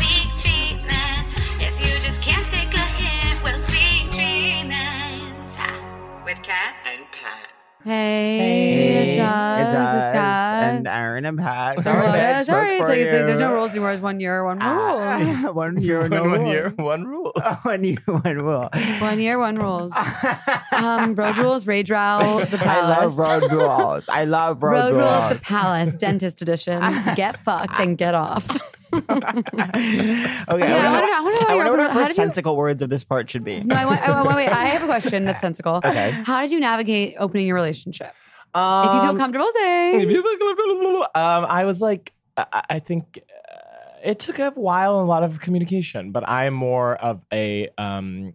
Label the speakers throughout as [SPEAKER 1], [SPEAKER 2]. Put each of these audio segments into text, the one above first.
[SPEAKER 1] Seek treatment if you just can't take a hint. Well, seek treatment Ha. with Cat and Pat.
[SPEAKER 2] Hey,
[SPEAKER 3] Hey,
[SPEAKER 2] it's us. It's,
[SPEAKER 3] us,
[SPEAKER 2] Kat.
[SPEAKER 3] and Aaron and
[SPEAKER 2] Sorry,
[SPEAKER 3] Pat. Sorry, bitch,
[SPEAKER 2] it's,
[SPEAKER 3] spoke
[SPEAKER 2] sorry. It's
[SPEAKER 3] for
[SPEAKER 2] like, it's like
[SPEAKER 3] you.
[SPEAKER 2] there's no rules anymore. It's one year, one rule.
[SPEAKER 3] Ah, one year, no
[SPEAKER 4] one,
[SPEAKER 3] rule.
[SPEAKER 4] year, one rule.
[SPEAKER 3] one year, one rule.
[SPEAKER 2] one year, one rules. Um, road rules, rage row, the
[SPEAKER 3] I love
[SPEAKER 2] palace.
[SPEAKER 3] road rules. I love road,
[SPEAKER 2] rules. the palace, dentist edition. Get fucked and get off.
[SPEAKER 3] okay, I
[SPEAKER 2] Yeah, I
[SPEAKER 3] wonder-
[SPEAKER 2] wanna know- I wanna know
[SPEAKER 3] I
[SPEAKER 2] how
[SPEAKER 3] wonder
[SPEAKER 2] your-
[SPEAKER 3] what our
[SPEAKER 2] how
[SPEAKER 3] first
[SPEAKER 2] did you-
[SPEAKER 3] sensical words of this part should be.
[SPEAKER 2] No, I want, I want- wait, wait, I have a question that's sensical.
[SPEAKER 3] Okay.
[SPEAKER 2] How did you navigate opening your relationship?
[SPEAKER 3] Um,
[SPEAKER 2] If you feel comfortable
[SPEAKER 4] If
[SPEAKER 2] saying,
[SPEAKER 4] you look- um, I was like, I, I think uh, it took a while and a lot of communication, but I'm more of a um,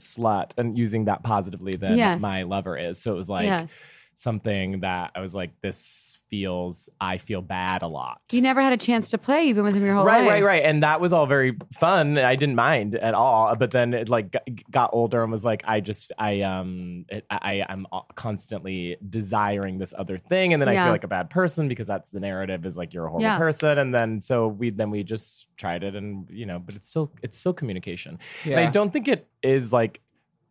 [SPEAKER 4] slut and using that positively than
[SPEAKER 2] Yes.
[SPEAKER 4] my lover is. So it was like
[SPEAKER 2] yes.
[SPEAKER 4] something that I was like, this feels, I feel bad a lot.
[SPEAKER 2] You never had a chance to play. You've been with him your whole
[SPEAKER 4] right,
[SPEAKER 2] life.
[SPEAKER 4] right, right. And that was all very fun. I didn't mind at all. But then it like g- got older and was like, I just, I, um, it, I, I'm a- constantly desiring this other thing, and then I
[SPEAKER 2] Yeah.
[SPEAKER 4] feel like a bad person because that's the narrative is like you're a horrible
[SPEAKER 2] Yeah.
[SPEAKER 4] person, and then so we then we just tried it, and you know, but it's still it's still communication. And I
[SPEAKER 3] yeah.
[SPEAKER 4] don't think it is like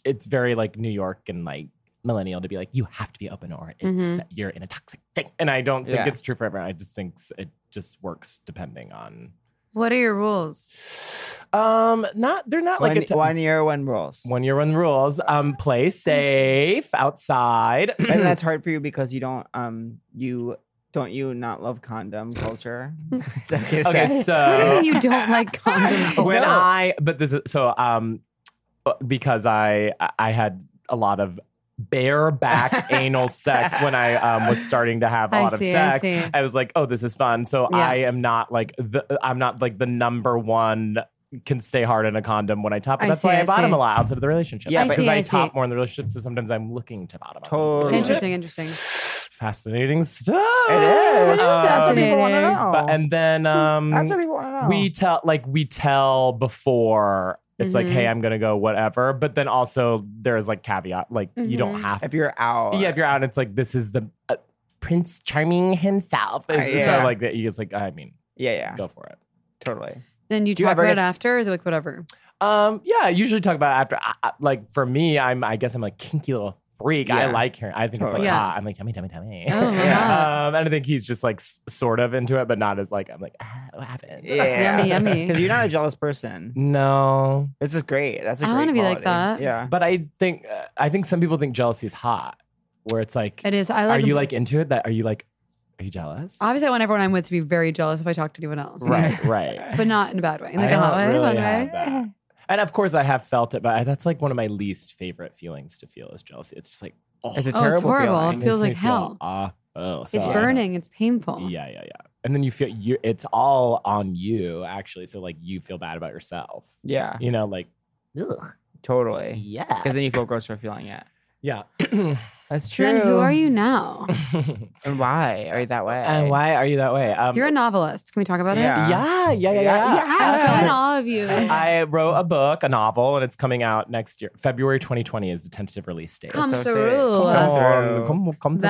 [SPEAKER 4] it's very like New York and like millennial to be like you have to be open or it's
[SPEAKER 2] Mhm.
[SPEAKER 4] you're in a toxic thing. And I don't think
[SPEAKER 3] Yeah.
[SPEAKER 4] it's true for everyone. I just think s- it just works depending on.
[SPEAKER 2] What are your rules?
[SPEAKER 4] Um, not they're not like
[SPEAKER 3] one,
[SPEAKER 4] a t-
[SPEAKER 3] one year, one rules.
[SPEAKER 4] one year one rules. Um, play
[SPEAKER 2] Mm-hmm.
[SPEAKER 4] safe outside.
[SPEAKER 3] and that's hard for you because you don't um you don't you not love condom culture. Is that okay to
[SPEAKER 4] okay,
[SPEAKER 3] say?
[SPEAKER 4] so
[SPEAKER 2] What do you mean you don't like condom
[SPEAKER 4] when
[SPEAKER 2] culture?
[SPEAKER 4] I but this is so um because I I had a lot of bareback anal sex when I um, was starting to have a
[SPEAKER 2] I
[SPEAKER 4] lot
[SPEAKER 2] see, I
[SPEAKER 4] of sex.
[SPEAKER 2] see.
[SPEAKER 4] was like, oh, this is fun. So
[SPEAKER 2] Yeah.
[SPEAKER 4] I am not like the I'm not like the number one can stay hard in a condom when I top. But
[SPEAKER 2] I
[SPEAKER 4] that's
[SPEAKER 2] see,
[SPEAKER 4] why I,
[SPEAKER 2] I
[SPEAKER 4] bottom
[SPEAKER 2] see.
[SPEAKER 4] a lot outside of the relationship.
[SPEAKER 3] Yeah, I
[SPEAKER 4] because
[SPEAKER 2] see,
[SPEAKER 4] I,
[SPEAKER 2] I see.
[SPEAKER 4] top more in the relationship, so sometimes I'm looking to bottom. out.
[SPEAKER 3] Totally.
[SPEAKER 2] Interesting, interesting.
[SPEAKER 4] Fascinating stuff.
[SPEAKER 3] It is.
[SPEAKER 2] That's
[SPEAKER 4] Um,
[SPEAKER 2] fascinating.
[SPEAKER 4] But and then um
[SPEAKER 3] that's what people want to know.
[SPEAKER 4] we tell like we tell before it's like
[SPEAKER 2] Mhm.
[SPEAKER 3] Mm-hmm.
[SPEAKER 4] hey i'm gonna go whatever but then also there's like caveat like you don't
[SPEAKER 2] Mhm.
[SPEAKER 4] have
[SPEAKER 3] if you're out,
[SPEAKER 4] yeah if you're out and it's like this is the uh, prince charming himself
[SPEAKER 3] Uh,
[SPEAKER 4] It's-
[SPEAKER 3] yeah.
[SPEAKER 4] so like that you just like i mean
[SPEAKER 3] yeah, yeah,
[SPEAKER 4] go for it
[SPEAKER 3] totally.
[SPEAKER 2] Then you
[SPEAKER 3] Do you
[SPEAKER 2] talk
[SPEAKER 3] ever
[SPEAKER 2] about it
[SPEAKER 3] get-
[SPEAKER 2] after, or is it like whatever?
[SPEAKER 4] um yeah i usually talk about it after I, I- like for me i'm i guess i'm a kinky little freak i
[SPEAKER 3] Yeah.
[SPEAKER 4] like her i think it's
[SPEAKER 3] Totally.
[SPEAKER 4] like
[SPEAKER 2] Yeah.
[SPEAKER 4] hot. i'm like tell me tell me tell me
[SPEAKER 2] Oh,
[SPEAKER 3] Yeah.
[SPEAKER 2] yeah.
[SPEAKER 4] um and i think he's just like s- sort of into it but not as like i'm like ah, what happened
[SPEAKER 3] Yeah,
[SPEAKER 2] Yummy, yummy.
[SPEAKER 3] Because you're not a jealous person.
[SPEAKER 4] no
[SPEAKER 3] This is great. That's
[SPEAKER 2] I
[SPEAKER 3] a want
[SPEAKER 2] wanna
[SPEAKER 3] to
[SPEAKER 2] be like that.
[SPEAKER 3] Yeah.
[SPEAKER 4] But I think uh, I think some people think jealousy is hot, where it's like,
[SPEAKER 2] It is. I
[SPEAKER 4] are
[SPEAKER 2] like.
[SPEAKER 4] you like into it? That are you like, are you jealous?
[SPEAKER 2] Obviously, I want everyone I'm with to be very jealous if I talk to anyone else,
[SPEAKER 4] right, right.
[SPEAKER 2] But not in a bad way, in like
[SPEAKER 4] I
[SPEAKER 2] a hot
[SPEAKER 4] don't
[SPEAKER 2] way, fun
[SPEAKER 4] really have
[SPEAKER 2] way.
[SPEAKER 4] that. And of course, I have felt it, but I- that's like one of my least favorite feelings to feel is jealousy. It's just like, oh,
[SPEAKER 3] It's a
[SPEAKER 2] Oh,
[SPEAKER 3] terrible
[SPEAKER 2] it's horrible.
[SPEAKER 3] feeling.
[SPEAKER 2] It feels
[SPEAKER 4] makes me
[SPEAKER 2] like hell.
[SPEAKER 4] Feel, aw- oh, so
[SPEAKER 2] it's
[SPEAKER 4] I-
[SPEAKER 2] burning. It's painful.
[SPEAKER 4] Yeah, yeah, yeah. And then you feel you. It's all on you, actually. So like, you feel bad about yourself.
[SPEAKER 3] Yeah.
[SPEAKER 4] You know, like, ugh,
[SPEAKER 3] Totally.
[SPEAKER 4] yeah,
[SPEAKER 3] Because then you feel gross for feeling it.
[SPEAKER 4] yeah.
[SPEAKER 3] That's
[SPEAKER 2] So
[SPEAKER 3] true.
[SPEAKER 2] Then who are you now?
[SPEAKER 3] And why are you that way?
[SPEAKER 4] and why are you that way? Um,
[SPEAKER 2] You're a novelist. Can we talk about it?
[SPEAKER 3] Yeah.
[SPEAKER 4] Yeah, yeah, yeah,
[SPEAKER 3] Yeah.
[SPEAKER 4] yeah. Uh,
[SPEAKER 2] I'm so in all of you.
[SPEAKER 4] I wrote a book, a novel, and it's coming out next year. February 2020 is the tentative release date.
[SPEAKER 2] Come
[SPEAKER 3] so sick.
[SPEAKER 2] through.
[SPEAKER 3] Come on. through.
[SPEAKER 4] come, come through.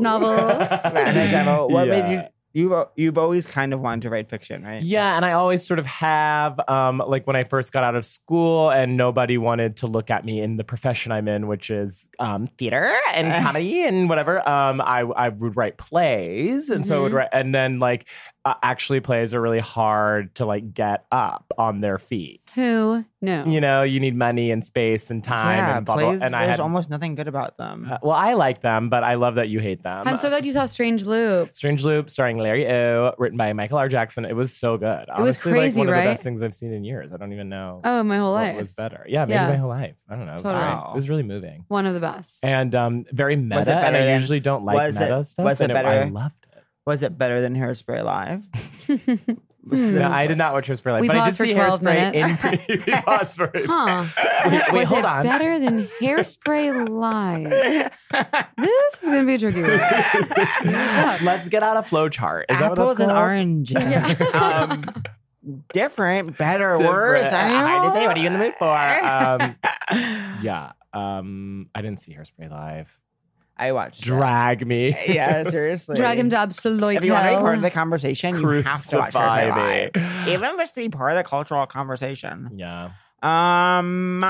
[SPEAKER 2] novel.
[SPEAKER 3] Madness Devil, What
[SPEAKER 4] Yeah.
[SPEAKER 3] made you? You've al- you've always kind of wanted to write fiction, right?
[SPEAKER 4] Yeah, and I always sort of have, um, like when I first got out of school, and nobody wanted to look at me in the profession I'm in, which is um, theater and comedy and whatever. Um, I I would write plays, and so I would
[SPEAKER 3] Mm-hmm.
[SPEAKER 2] Mhm.
[SPEAKER 4] write, and then like uh, actually plays are really hard to like get up on their feet.
[SPEAKER 2] Who knew?
[SPEAKER 4] You know, you need money and space and time
[SPEAKER 3] Oh. Yeah,
[SPEAKER 4] and blah blah.
[SPEAKER 3] plays,
[SPEAKER 4] And I
[SPEAKER 3] there's
[SPEAKER 4] had
[SPEAKER 3] almost nothing good about them.
[SPEAKER 4] Uh, well, I like them, but I love that you hate them.
[SPEAKER 2] I'm so glad you saw Strange Loop.
[SPEAKER 4] Strange Loop, starring Larry O, written by Michael R. Jackson. It was so good. It
[SPEAKER 2] was crazy,
[SPEAKER 4] like one
[SPEAKER 2] right?
[SPEAKER 4] of the best things I've seen in years. I don't even know
[SPEAKER 2] Oh, my whole
[SPEAKER 4] what
[SPEAKER 2] life.
[SPEAKER 4] was better. Yeah, maybe
[SPEAKER 2] Yeah.
[SPEAKER 4] my whole life. I don't know. It was,
[SPEAKER 2] Totally.
[SPEAKER 4] great.
[SPEAKER 3] Wow.
[SPEAKER 4] It was really moving
[SPEAKER 2] One of the best.
[SPEAKER 4] and um, very meta.
[SPEAKER 3] better
[SPEAKER 4] and I
[SPEAKER 3] than-
[SPEAKER 4] usually don't like
[SPEAKER 3] was it-
[SPEAKER 4] meta stuff.
[SPEAKER 3] was it
[SPEAKER 4] and I
[SPEAKER 3] better?
[SPEAKER 4] loved it.
[SPEAKER 3] Was it better than Hairspray Live?
[SPEAKER 4] No, I did not watch Hairspray live,
[SPEAKER 2] Hmm. We
[SPEAKER 4] but I did
[SPEAKER 2] paused for
[SPEAKER 4] see
[SPEAKER 2] 12
[SPEAKER 4] Hairspray in.
[SPEAKER 2] minutes.
[SPEAKER 4] we paused for it.
[SPEAKER 2] Huh.
[SPEAKER 4] Wait, wait,
[SPEAKER 2] Was
[SPEAKER 4] hold
[SPEAKER 2] it
[SPEAKER 4] on.
[SPEAKER 2] better than Hairspray Live? this is going to be a tricky one. What's up?
[SPEAKER 4] Let's get out a flow chart. Is that what
[SPEAKER 3] Apples
[SPEAKER 4] that's
[SPEAKER 3] and
[SPEAKER 4] called?
[SPEAKER 3] oranges. um, different, better, worse. I, don't
[SPEAKER 4] didn't say.
[SPEAKER 3] know.
[SPEAKER 4] What are you in the mood for? Um, yeah. Um, I didn't see Hairspray live.
[SPEAKER 3] I watched. it.
[SPEAKER 4] Drag me.
[SPEAKER 3] Yeah, seriously.
[SPEAKER 2] Drag him to
[SPEAKER 3] If you want to be part of the
[SPEAKER 2] absolute
[SPEAKER 3] conversation, you have to watch
[SPEAKER 4] Crucify
[SPEAKER 3] Hairspray
[SPEAKER 4] me.
[SPEAKER 3] Live. Even if it's to be part of the cultural conversation.
[SPEAKER 4] Yeah.
[SPEAKER 3] Um,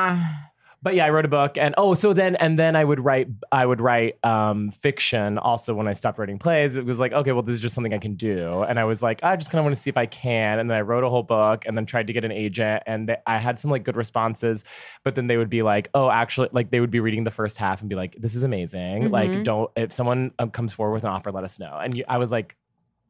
[SPEAKER 4] But yeah, I wrote a book, and oh, so then and then I would write I would write um, fiction. Also, when I stopped writing plays, it was like, okay, well, this is just something I can do, and I was like, I just kind of want to see if I can, and then I wrote a whole book, and then tried to get an agent, and th- I had some like good responses, but then they would be like, oh, actually, like they would be reading the first half and be like, this is amazing, like
[SPEAKER 2] Mhm.
[SPEAKER 4] don't if someone um, comes forward with an offer, let us know, and you, I was like.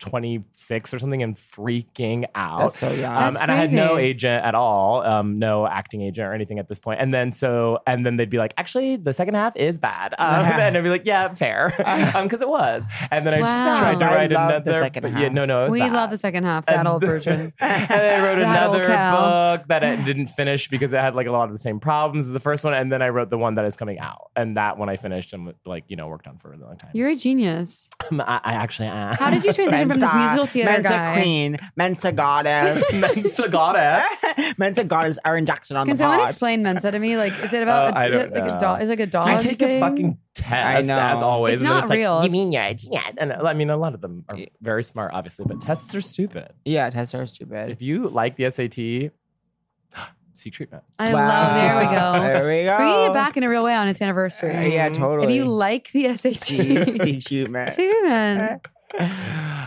[SPEAKER 4] 26 or something and freaking out
[SPEAKER 3] that's so young.
[SPEAKER 4] um,
[SPEAKER 2] That's
[SPEAKER 4] and I had no
[SPEAKER 2] crazy.
[SPEAKER 4] agent at all, um, no acting agent or anything at this point. And then so, and then they'd be like, actually, the second half is bad. Um, and I'd be like, yeah, fair, because it was. And then I
[SPEAKER 2] Wow.
[SPEAKER 4] tried to
[SPEAKER 3] I
[SPEAKER 4] write
[SPEAKER 3] love the
[SPEAKER 4] another.
[SPEAKER 3] second
[SPEAKER 4] but Yeah,
[SPEAKER 3] half.
[SPEAKER 4] no, no, it was
[SPEAKER 2] We
[SPEAKER 4] bad.
[SPEAKER 2] love the second half, that
[SPEAKER 4] And
[SPEAKER 2] old
[SPEAKER 4] th-
[SPEAKER 2] version.
[SPEAKER 4] and then I wrote
[SPEAKER 2] That old
[SPEAKER 4] another
[SPEAKER 2] cow.
[SPEAKER 4] book that I didn't finish because it had like a lot of the same problems as the first one. And then I wrote the one that is coming out, and that one I finished and like you know worked on for a long time. Um,
[SPEAKER 2] You're a genius.
[SPEAKER 4] I, I actually uh, am.
[SPEAKER 2] How did you transition from this
[SPEAKER 3] Mensa-
[SPEAKER 2] musical theater
[SPEAKER 3] Mensa
[SPEAKER 2] guy?
[SPEAKER 3] queen, Mensa goddess.
[SPEAKER 4] Mensa goddess.
[SPEAKER 3] Mensa goddess Erin Jackson on
[SPEAKER 2] Can
[SPEAKER 3] the
[SPEAKER 2] someone
[SPEAKER 3] pod.
[SPEAKER 2] explain Mensa to me? Like, is it about
[SPEAKER 4] Uh, I
[SPEAKER 2] a,
[SPEAKER 4] don't
[SPEAKER 2] like
[SPEAKER 4] know.
[SPEAKER 2] a dog? Is it like a dog?
[SPEAKER 4] I take
[SPEAKER 2] thing?
[SPEAKER 4] a fucking test
[SPEAKER 3] know.
[SPEAKER 4] as always.
[SPEAKER 2] It's
[SPEAKER 4] and then
[SPEAKER 2] not
[SPEAKER 4] like,
[SPEAKER 2] real.
[SPEAKER 4] you mean you're a genius? And uh, I mean, a lot of them are very smart, obviously, but tests are stupid.
[SPEAKER 3] yeah, tests are stupid.
[SPEAKER 4] If you like the SAT, seek treatment.
[SPEAKER 2] I
[SPEAKER 3] Wow.
[SPEAKER 2] love. There we go.
[SPEAKER 3] There we go.
[SPEAKER 2] Bringing it back in a real way on its anniversary.
[SPEAKER 3] Uh, yeah, totally.
[SPEAKER 2] If you like the E. SAT,
[SPEAKER 3] see treatment.
[SPEAKER 2] treatment.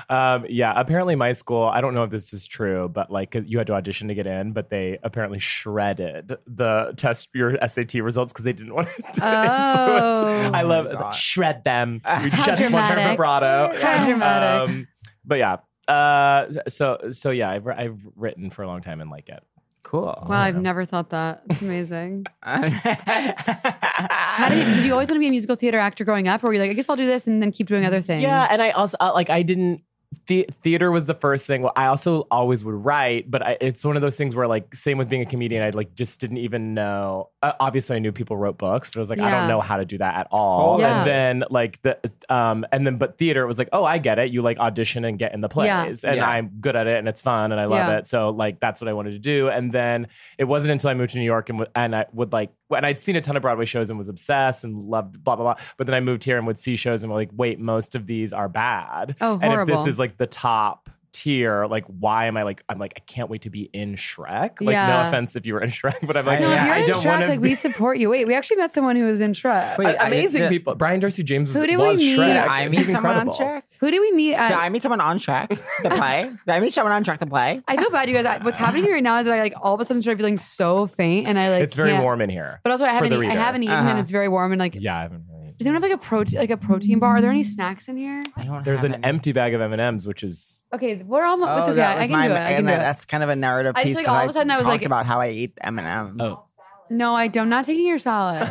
[SPEAKER 4] Um, yeah, apparently my school, I don't know if this is true, but like 'cause you had to audition to get in, but they apparently shredded the test, your SAT results because they didn't want it to
[SPEAKER 2] Oh.
[SPEAKER 4] influence. I love,
[SPEAKER 3] Oh my
[SPEAKER 4] it's
[SPEAKER 3] God.
[SPEAKER 4] like, shred them. You
[SPEAKER 3] How
[SPEAKER 4] just want her
[SPEAKER 2] dramatic.
[SPEAKER 4] vibrato.
[SPEAKER 2] How dramatic.
[SPEAKER 4] Um, but yeah, uh, so, so yeah, I've, I've written for a long time and like it.
[SPEAKER 3] Cool.
[SPEAKER 2] wow, I've never thought that. It's amazing.
[SPEAKER 3] How
[SPEAKER 2] How did you, did you always want to be a musical theater actor growing up, or were you like, I guess I'll do this and then keep doing other things?
[SPEAKER 4] Yeah, and I also uh, like I didn't. The- theater was the first thing. Well, I also always would write, but I, it's one of those things where, like, same with being a comedian, I like just didn't even know. Uh, obviously, I knew people wrote books, but I was like, I don't
[SPEAKER 2] Yeah.
[SPEAKER 4] know how to do that at all.
[SPEAKER 2] Yeah.
[SPEAKER 4] And then, like the, um, and then but theater it was like, oh, I get it. You like audition and get in the plays,
[SPEAKER 2] Yeah.
[SPEAKER 4] and
[SPEAKER 3] Yeah.
[SPEAKER 4] I'm good at it, and it's fun, and I love
[SPEAKER 2] Yeah.
[SPEAKER 4] it. So like that's what I wanted to do. And then it wasn't until I moved to New York and w- and I would like and I'd seen a ton of Broadway shows and was obsessed and loved blah blah blah. But then I moved here and would see shows and were like, wait, most of these are bad.
[SPEAKER 2] Oh,
[SPEAKER 4] and if this
[SPEAKER 2] horrible.
[SPEAKER 4] is like the top tier, like why am I like I'm like I can't wait to be in Shrek. Like no
[SPEAKER 2] Yeah.
[SPEAKER 4] offense if you were in Shrek, but I'm like
[SPEAKER 2] No,
[SPEAKER 3] Yeah,
[SPEAKER 2] if you're
[SPEAKER 4] I
[SPEAKER 2] in
[SPEAKER 4] don't want
[SPEAKER 2] Shrek,
[SPEAKER 4] to
[SPEAKER 2] like we support you. Wait, we actually met someone who was in Shrek.
[SPEAKER 3] Wait, I
[SPEAKER 4] amazing
[SPEAKER 3] didn't-
[SPEAKER 4] people. Brian Darcy James was,
[SPEAKER 2] Who did we
[SPEAKER 4] was
[SPEAKER 2] meet?
[SPEAKER 4] Shrek.
[SPEAKER 3] Did I
[SPEAKER 4] It
[SPEAKER 3] meet
[SPEAKER 4] was
[SPEAKER 3] someone on
[SPEAKER 4] incredible.
[SPEAKER 3] track?
[SPEAKER 2] Who did we meet
[SPEAKER 3] Did
[SPEAKER 2] at?
[SPEAKER 3] I meet someone on track? The play? Did I meet someone on track? The play?
[SPEAKER 2] I feel bad, you guys. I- What's happening here right now is that I like all of a sudden started feeling so faint, and I like
[SPEAKER 4] It's very
[SPEAKER 2] can't-
[SPEAKER 4] warm in here.
[SPEAKER 2] But also, I
[SPEAKER 4] for
[SPEAKER 2] haven't
[SPEAKER 4] the
[SPEAKER 2] eat- I
[SPEAKER 4] reader.
[SPEAKER 2] haven't eaten,
[SPEAKER 3] Uh-huh.
[SPEAKER 2] and it's very warm. And like,
[SPEAKER 4] Yeah, I haven't really.
[SPEAKER 2] does anyone have like a protein like a protein bar? Are there any snacks in here?
[SPEAKER 3] I don't
[SPEAKER 4] There's
[SPEAKER 3] have
[SPEAKER 4] an empty bag of M and M's, which is
[SPEAKER 2] Okay, we're almost.
[SPEAKER 3] Oh,
[SPEAKER 2] it's okay.
[SPEAKER 3] that
[SPEAKER 2] I
[SPEAKER 3] was
[SPEAKER 2] can
[SPEAKER 3] my-
[SPEAKER 2] do it. I can
[SPEAKER 3] and
[SPEAKER 2] do
[SPEAKER 3] that-
[SPEAKER 2] it.
[SPEAKER 3] That's kind of a narrative
[SPEAKER 2] I just,
[SPEAKER 3] piece.
[SPEAKER 2] like,
[SPEAKER 3] 'cause
[SPEAKER 2] all of a sudden I was
[SPEAKER 3] talked
[SPEAKER 2] like-
[SPEAKER 3] about how I eat M and M's.
[SPEAKER 4] oh,
[SPEAKER 2] No, I don't. I'm not taking your salad.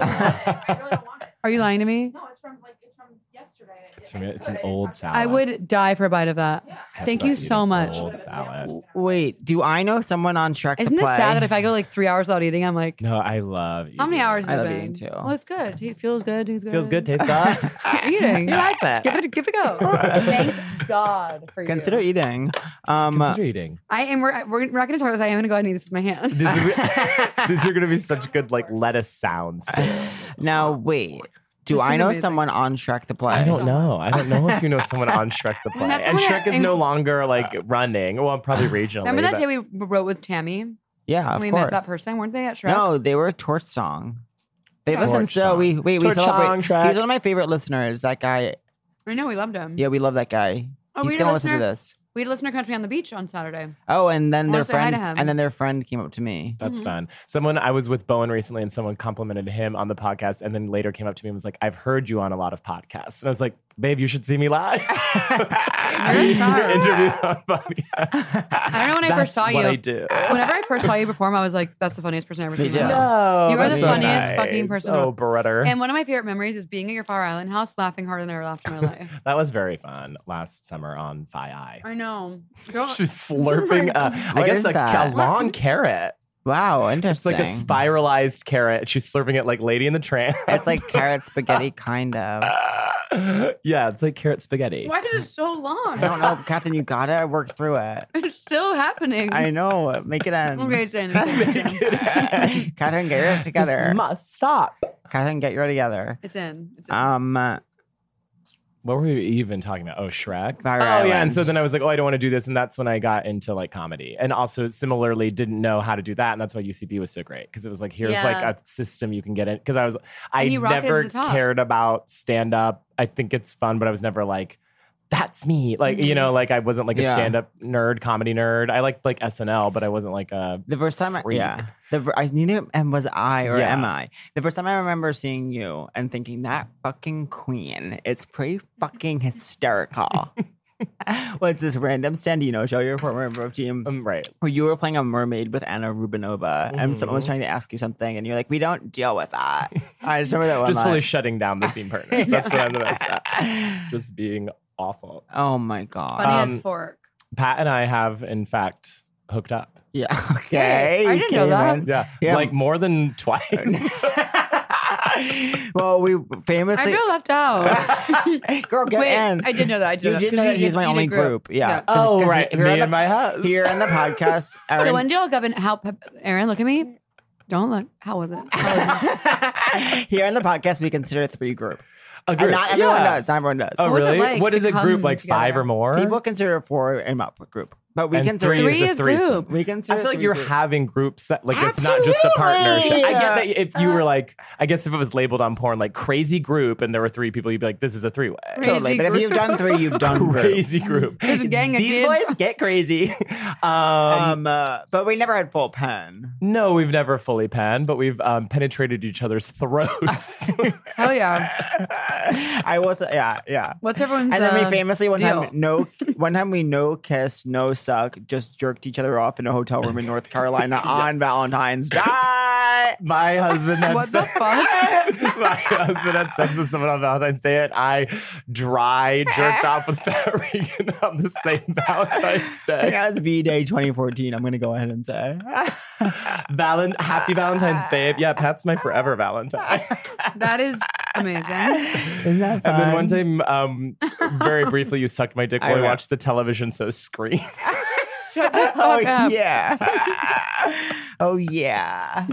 [SPEAKER 2] Are you lying to me?
[SPEAKER 4] it's, from, it's an old salad.
[SPEAKER 2] I would die for a bite of that.
[SPEAKER 4] Cat's
[SPEAKER 2] Thank
[SPEAKER 4] about
[SPEAKER 2] you
[SPEAKER 4] to eat
[SPEAKER 2] so
[SPEAKER 4] an
[SPEAKER 2] much.
[SPEAKER 4] Old salad.
[SPEAKER 3] Wait, do I know someone on Shrek?
[SPEAKER 2] Isn't
[SPEAKER 3] the
[SPEAKER 2] this
[SPEAKER 3] play?
[SPEAKER 2] sad that if I go like three hours without eating, I'm like,
[SPEAKER 4] No, I love. Eating.
[SPEAKER 2] how many hours
[SPEAKER 3] I
[SPEAKER 2] has it
[SPEAKER 3] love
[SPEAKER 2] been?
[SPEAKER 3] eating, too.
[SPEAKER 2] Well, it's good. It feels good. Tastes good.
[SPEAKER 4] Feels good. Tastes good.
[SPEAKER 2] You're eating.
[SPEAKER 4] you like that?
[SPEAKER 2] Give it, give it a go. Thank God for you.
[SPEAKER 3] Consider eating. Um,
[SPEAKER 4] Consider eating.
[SPEAKER 2] I am. We're, we're we're not going to talk this. I am going to go ahead and eat this with my hands.
[SPEAKER 4] This is, these are going to be such good like lettuce sounds. too.
[SPEAKER 3] now wait, do
[SPEAKER 2] This
[SPEAKER 3] I
[SPEAKER 2] is
[SPEAKER 3] know
[SPEAKER 2] amazing.
[SPEAKER 3] someone on Shrek the play?
[SPEAKER 4] I don't know. I don't know if you know someone on Shrek the play.
[SPEAKER 2] And that's
[SPEAKER 4] And
[SPEAKER 2] what I-
[SPEAKER 4] Shrek is
[SPEAKER 2] and-
[SPEAKER 4] no longer like running. Well, probably regionally.
[SPEAKER 2] Remember that
[SPEAKER 4] but-
[SPEAKER 2] day we wrote with Tammy?
[SPEAKER 3] Yeah, of
[SPEAKER 2] we
[SPEAKER 3] course.
[SPEAKER 2] met that person. Weren't they at Shrek?
[SPEAKER 3] No, they were Torch Song. They
[SPEAKER 2] Yeah.
[SPEAKER 3] listen
[SPEAKER 4] Torch
[SPEAKER 3] still.
[SPEAKER 4] Song.
[SPEAKER 3] We wait. We
[SPEAKER 4] Torch
[SPEAKER 3] celebrate.
[SPEAKER 4] Song, Shrek.
[SPEAKER 3] He's one of my favorite listeners. That guy.
[SPEAKER 2] I know we loved him.
[SPEAKER 3] Yeah, we love that guy.
[SPEAKER 2] Oh,
[SPEAKER 3] He's
[SPEAKER 2] we
[SPEAKER 3] gonna
[SPEAKER 2] know
[SPEAKER 3] listen to
[SPEAKER 2] listener?
[SPEAKER 3] this.
[SPEAKER 2] We had listener country on the beach on Saturday.
[SPEAKER 3] Oh, and then
[SPEAKER 2] I
[SPEAKER 3] their
[SPEAKER 2] wanna say hi
[SPEAKER 3] friend,
[SPEAKER 2] to him.
[SPEAKER 3] and then their friend came up to me.
[SPEAKER 4] That's
[SPEAKER 2] Mhm.
[SPEAKER 4] fun. Someone I was with Bowen recently, and someone complimented him on the podcast, and then later came up to me and was like, "I've heard you on a lot of podcasts," and I was like, "Babe, you should see me live."
[SPEAKER 2] I'm sorry.
[SPEAKER 4] Interview on podcast.
[SPEAKER 2] I don't know when I first
[SPEAKER 4] That's
[SPEAKER 2] saw
[SPEAKER 4] what
[SPEAKER 2] you.
[SPEAKER 4] I do.
[SPEAKER 2] Whenever I first saw you perform, I was like, "That's the funniest person I've ever
[SPEAKER 3] Me
[SPEAKER 2] seen." in
[SPEAKER 3] too.
[SPEAKER 2] my life.
[SPEAKER 4] No,
[SPEAKER 2] You are
[SPEAKER 4] that's
[SPEAKER 2] the
[SPEAKER 4] so
[SPEAKER 2] funniest fucking
[SPEAKER 4] nice.
[SPEAKER 2] person
[SPEAKER 4] Oh,
[SPEAKER 2] to-
[SPEAKER 4] Bretter.
[SPEAKER 2] And one of my favorite memories is being at your Fire Island house, laughing harder than I ever laughed in my life.
[SPEAKER 4] that was very fun last summer on Phi Eye.
[SPEAKER 2] I Oh know. know. Don't-
[SPEAKER 4] She's slurping. Uh, I
[SPEAKER 3] What
[SPEAKER 4] guess
[SPEAKER 3] is
[SPEAKER 4] a, a
[SPEAKER 3] that?
[SPEAKER 4] long carrot.
[SPEAKER 3] Wow,
[SPEAKER 4] It's
[SPEAKER 3] interesting.
[SPEAKER 4] like a spiralized carrot. She's slurping it like Lady in the Tramp.
[SPEAKER 3] It's like carrot spaghetti, kind of. I
[SPEAKER 4] yeah, it's like carrot spaghetti.
[SPEAKER 2] Why is it so long?
[SPEAKER 3] don't know, Catherine. You gotta work through it.
[SPEAKER 2] It's still happening.
[SPEAKER 3] I know. Make it end.
[SPEAKER 2] Okay, it's in.
[SPEAKER 4] Make it end.
[SPEAKER 3] Catherine, get it together.
[SPEAKER 4] This must stop.
[SPEAKER 3] Catherine, get your together.
[SPEAKER 2] It's in. It's in.
[SPEAKER 3] Um, Fire
[SPEAKER 4] What were we even talking about? Oh, Shrek.
[SPEAKER 3] Fire
[SPEAKER 4] oh, yeah.
[SPEAKER 3] Island.
[SPEAKER 4] And so then I was like, oh, I don't want to do this. And that's when I got into like comedy. And also, similarly, didn't know how to do that. And that's why UCB was so great because it was like, here's
[SPEAKER 2] Yeah.
[SPEAKER 4] like a system you can get in. Because I was, I
[SPEAKER 2] And you rocketed to
[SPEAKER 4] never
[SPEAKER 2] the top.
[SPEAKER 4] cared about stand up. I think it's fun, but I was never like, that's me. Like, you
[SPEAKER 2] Mm-hmm.
[SPEAKER 4] know, like I wasn't like a
[SPEAKER 3] Yeah.
[SPEAKER 4] stand up nerd, comedy nerd. I liked like SNL, but I wasn't like a.
[SPEAKER 3] the first time,
[SPEAKER 4] Freak.
[SPEAKER 3] I, yeah. The fir- I neither and was I or
[SPEAKER 4] Yeah.
[SPEAKER 3] am I? The first time I remember seeing you and thinking that fucking queen, it's pretty fucking hysterical. Was this random Sandino show? You're a former member of team.
[SPEAKER 4] Um, right.
[SPEAKER 3] where you were playing a mermaid with Anna Rubinova, and someone
[SPEAKER 4] Mm-hmm.
[SPEAKER 3] was trying to ask you something, and you're like, "We don't deal with that." I just remember that one.
[SPEAKER 4] Just fully
[SPEAKER 3] line.
[SPEAKER 4] shutting down the scene partner. That's what I'm the best at. Just being awful.
[SPEAKER 3] oh my god.
[SPEAKER 2] Funny
[SPEAKER 4] um,
[SPEAKER 2] as fork.
[SPEAKER 4] Pat and I have, in fact, hooked up.
[SPEAKER 3] yeah. Okay.
[SPEAKER 2] I
[SPEAKER 3] you
[SPEAKER 2] didn't know
[SPEAKER 3] came
[SPEAKER 2] that.
[SPEAKER 3] in.
[SPEAKER 4] Yeah,
[SPEAKER 3] Yeah.
[SPEAKER 4] like more than twice.
[SPEAKER 3] well, we
[SPEAKER 2] I
[SPEAKER 3] famously,
[SPEAKER 2] feel left out.
[SPEAKER 3] girl, get
[SPEAKER 2] Wait,
[SPEAKER 3] in.
[SPEAKER 2] I did know that. I did
[SPEAKER 3] you
[SPEAKER 2] know
[SPEAKER 3] did know
[SPEAKER 2] 'cause
[SPEAKER 3] that he's
[SPEAKER 2] you
[SPEAKER 3] my
[SPEAKER 2] need a
[SPEAKER 3] only group. Yeah. 'Cause- 'cause he- Here,
[SPEAKER 4] Oh, me
[SPEAKER 3] on the,
[SPEAKER 4] and my hus.
[SPEAKER 3] here on the podcast,
[SPEAKER 2] So
[SPEAKER 3] Aaron,
[SPEAKER 2] when did y'all go and help Aaron? Look at me. Don't look. How was it? How was it?
[SPEAKER 3] here on the podcast, we consider three group.
[SPEAKER 4] A
[SPEAKER 3] And not everyone
[SPEAKER 4] yeah.
[SPEAKER 3] does. Not everyone does.
[SPEAKER 4] Oh,
[SPEAKER 2] So what's it
[SPEAKER 4] really?
[SPEAKER 2] like
[SPEAKER 4] what
[SPEAKER 2] to
[SPEAKER 4] is a group
[SPEAKER 2] come
[SPEAKER 4] like
[SPEAKER 2] together?
[SPEAKER 4] five or more?
[SPEAKER 3] People consider four and up group, but we
[SPEAKER 4] And
[SPEAKER 3] consider
[SPEAKER 4] three
[SPEAKER 2] Three
[SPEAKER 4] a
[SPEAKER 2] is
[SPEAKER 4] threesome.
[SPEAKER 2] group.
[SPEAKER 3] We consider
[SPEAKER 4] I feel like
[SPEAKER 3] three
[SPEAKER 4] you're
[SPEAKER 3] group.
[SPEAKER 4] having groups that like it's not just a partnership. I get that
[SPEAKER 3] Absolutely.
[SPEAKER 4] if you
[SPEAKER 2] Uh,
[SPEAKER 4] were like, I guess if it was labeled on porn like crazy group and there were three people, you'd be like, this is a three way.
[SPEAKER 2] Crazy
[SPEAKER 3] Totally, but if you've done three, you've done group.
[SPEAKER 4] Crazy group.
[SPEAKER 2] There's a gang of
[SPEAKER 4] These
[SPEAKER 2] kids.
[SPEAKER 4] boys get crazy. um,
[SPEAKER 3] Um, uh, but we never had full pen.
[SPEAKER 4] no, we've never fully panned, but we've um, penetrated each other's throats.
[SPEAKER 2] Hell yeah.
[SPEAKER 3] I was, yeah, yeah.
[SPEAKER 2] What's everyone's
[SPEAKER 3] and then
[SPEAKER 2] uh,
[SPEAKER 3] we famously one
[SPEAKER 2] deal?
[SPEAKER 3] time no one time we no kiss no suck just jerked each other off in a hotel room in North Carolina on Valentine's Day.
[SPEAKER 4] my husband had
[SPEAKER 2] What the
[SPEAKER 4] sex-
[SPEAKER 2] fuck?
[SPEAKER 4] my husband had sex with someone on Valentine's Day, and I dry jerked off with that ring on the same Valentine's
[SPEAKER 3] I think
[SPEAKER 4] Day.
[SPEAKER 3] that was V Day 2014. I'm gonna go ahead and say
[SPEAKER 4] Valen- happy Valentine's, babe. Yeah, Pat's my forever Valentine.
[SPEAKER 2] That is amazing.
[SPEAKER 3] Isn't that fun?
[SPEAKER 4] And then one time, um, very briefly, you sucked my dick
[SPEAKER 3] I
[SPEAKER 4] while we
[SPEAKER 3] know.
[SPEAKER 4] watched the television so scream.
[SPEAKER 2] Shut the fuck
[SPEAKER 3] Oh
[SPEAKER 2] up.
[SPEAKER 3] yeah. oh yeah.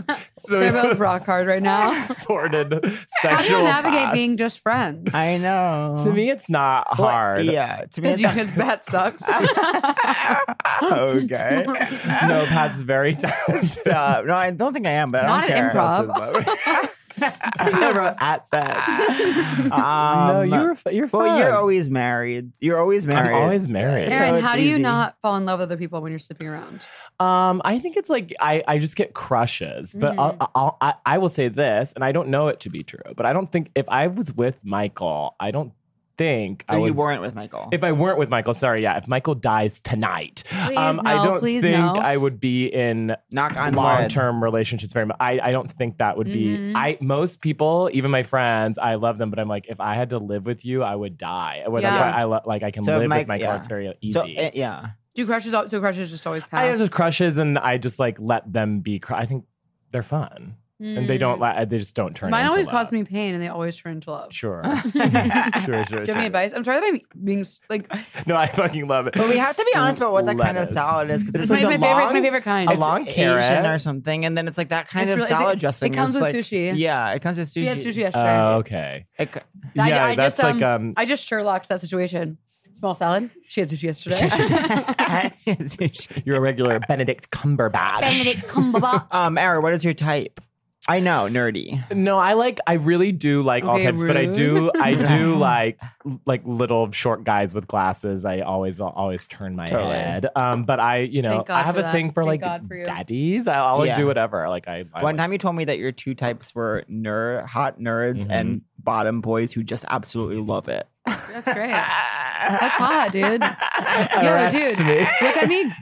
[SPEAKER 4] So
[SPEAKER 2] They're
[SPEAKER 4] it
[SPEAKER 2] both
[SPEAKER 4] was
[SPEAKER 2] rock hard right now.
[SPEAKER 4] Sorted
[SPEAKER 2] Uh, How do
[SPEAKER 4] sexual.
[SPEAKER 2] you navigate
[SPEAKER 4] past.
[SPEAKER 2] being just friends?
[SPEAKER 3] I know.
[SPEAKER 4] To me, it's not
[SPEAKER 3] Well,
[SPEAKER 4] hard.
[SPEAKER 3] Yeah. To me,
[SPEAKER 2] Because
[SPEAKER 3] it's
[SPEAKER 2] you
[SPEAKER 3] not-
[SPEAKER 2] his bat sucks.
[SPEAKER 3] okay.
[SPEAKER 4] No, Pat's very talented.
[SPEAKER 3] Stop. No, I don't think I am, but
[SPEAKER 2] Not
[SPEAKER 3] I
[SPEAKER 2] at
[SPEAKER 3] don't care.
[SPEAKER 2] improv.
[SPEAKER 4] I wrote at sex.
[SPEAKER 3] Ah. Um,
[SPEAKER 4] no, you're f- you're fun.
[SPEAKER 3] Well, you're always married. You're always married.
[SPEAKER 4] I'm always married.
[SPEAKER 3] Yeah.
[SPEAKER 2] Aaron,
[SPEAKER 3] it's
[SPEAKER 2] how do you
[SPEAKER 3] easy.
[SPEAKER 2] not fall in love with other people when you're sleeping around?
[SPEAKER 4] Um, I think it's like I, I just get crushes, but
[SPEAKER 2] Mm-hmm.
[SPEAKER 4] I'll, I'll, I I will say this, and I don't know it to be true, but I don't think if I was with Michael, I don't think I
[SPEAKER 3] No, you
[SPEAKER 4] would.
[SPEAKER 3] weren't with Michael.
[SPEAKER 4] If I weren't with Michael, sorry, yeah. If Michael dies tonight, um, I
[SPEAKER 2] no,
[SPEAKER 4] don't
[SPEAKER 2] please
[SPEAKER 4] think
[SPEAKER 2] no.
[SPEAKER 4] I would be in
[SPEAKER 3] Knock on wood.
[SPEAKER 4] long-term relationships very much. I, I don't think that would
[SPEAKER 2] Mm-hmm.
[SPEAKER 4] be. I most people, even my friends, I love them, but I'm like, if I had to live with you, I would die. Well, That's
[SPEAKER 2] Yeah.
[SPEAKER 4] why I lo- like I can
[SPEAKER 3] So
[SPEAKER 4] live
[SPEAKER 3] Mike-
[SPEAKER 4] with Michael.
[SPEAKER 3] yeah.
[SPEAKER 4] It's very easy.
[SPEAKER 3] So uh, yeah,
[SPEAKER 2] Do crushes? al- So crushes just always pass.
[SPEAKER 4] I have just crushes, and I just like let them be. Cr- I think they're fun, and they don't. Li- they just don't turn.
[SPEAKER 2] Mm. Hmm. Mine
[SPEAKER 4] into
[SPEAKER 2] always
[SPEAKER 4] love.
[SPEAKER 2] cause me pain, and they always turn into love.
[SPEAKER 4] Sure, sure, sure. sure.
[SPEAKER 2] Do you have any advice? I'm sorry that I'm being s- like.
[SPEAKER 4] No, I fucking love it.
[SPEAKER 3] but we have to be honest about what that kind of
[SPEAKER 4] Lettuce.
[SPEAKER 3] salad is because
[SPEAKER 2] It's,
[SPEAKER 3] it's,
[SPEAKER 2] my,
[SPEAKER 3] like
[SPEAKER 2] my
[SPEAKER 3] a
[SPEAKER 2] favorite. It's
[SPEAKER 3] long-
[SPEAKER 2] my favorite kind.
[SPEAKER 4] a
[SPEAKER 3] it's
[SPEAKER 4] long
[SPEAKER 3] Asian
[SPEAKER 4] carrot.
[SPEAKER 3] or something, and then it's like that kind
[SPEAKER 2] It's
[SPEAKER 3] of
[SPEAKER 2] really- it's like-
[SPEAKER 3] salad
[SPEAKER 2] it
[SPEAKER 3] dressing.
[SPEAKER 2] comes
[SPEAKER 3] is
[SPEAKER 2] with
[SPEAKER 3] like-
[SPEAKER 2] sushi.
[SPEAKER 3] Yeah, it comes with sushi.
[SPEAKER 2] We had sushi
[SPEAKER 4] Oh,
[SPEAKER 2] yesterday.
[SPEAKER 4] okay.
[SPEAKER 3] It c-
[SPEAKER 2] I- I,
[SPEAKER 4] yeah, that's
[SPEAKER 2] just,
[SPEAKER 4] like um.
[SPEAKER 2] I just Sherlocked that situation. Small salad. She had sushi yesterday.
[SPEAKER 3] sushi.
[SPEAKER 4] um, You're a regular Benedict Cumberbatch.
[SPEAKER 2] Benedict Cumberbatch.
[SPEAKER 3] Um, Aaron, what is your type? I know, nerdy.
[SPEAKER 4] No, I like. I really do like all
[SPEAKER 2] Okay,
[SPEAKER 4] types, but I do.
[SPEAKER 2] rude.
[SPEAKER 4] I do like like little short guys with glasses. I always I'll always turn my
[SPEAKER 3] Totally.
[SPEAKER 4] head. Um, but I, you know,
[SPEAKER 2] Thank God
[SPEAKER 4] I have
[SPEAKER 2] for
[SPEAKER 4] a
[SPEAKER 2] that.
[SPEAKER 4] thing for
[SPEAKER 2] Thank
[SPEAKER 4] like
[SPEAKER 2] God for you.
[SPEAKER 4] daddies. I- I'll like,
[SPEAKER 3] Yeah.
[SPEAKER 4] do whatever. Like I. I
[SPEAKER 3] One
[SPEAKER 4] like-
[SPEAKER 3] time you told me that your two types were nerd, hot nerds, and
[SPEAKER 4] Mm-hmm.
[SPEAKER 3] bottom boys who just absolutely love it.
[SPEAKER 2] That's great. That's hot, dude. Yo,
[SPEAKER 4] Arrest
[SPEAKER 2] dude.
[SPEAKER 4] me.
[SPEAKER 2] Look at me.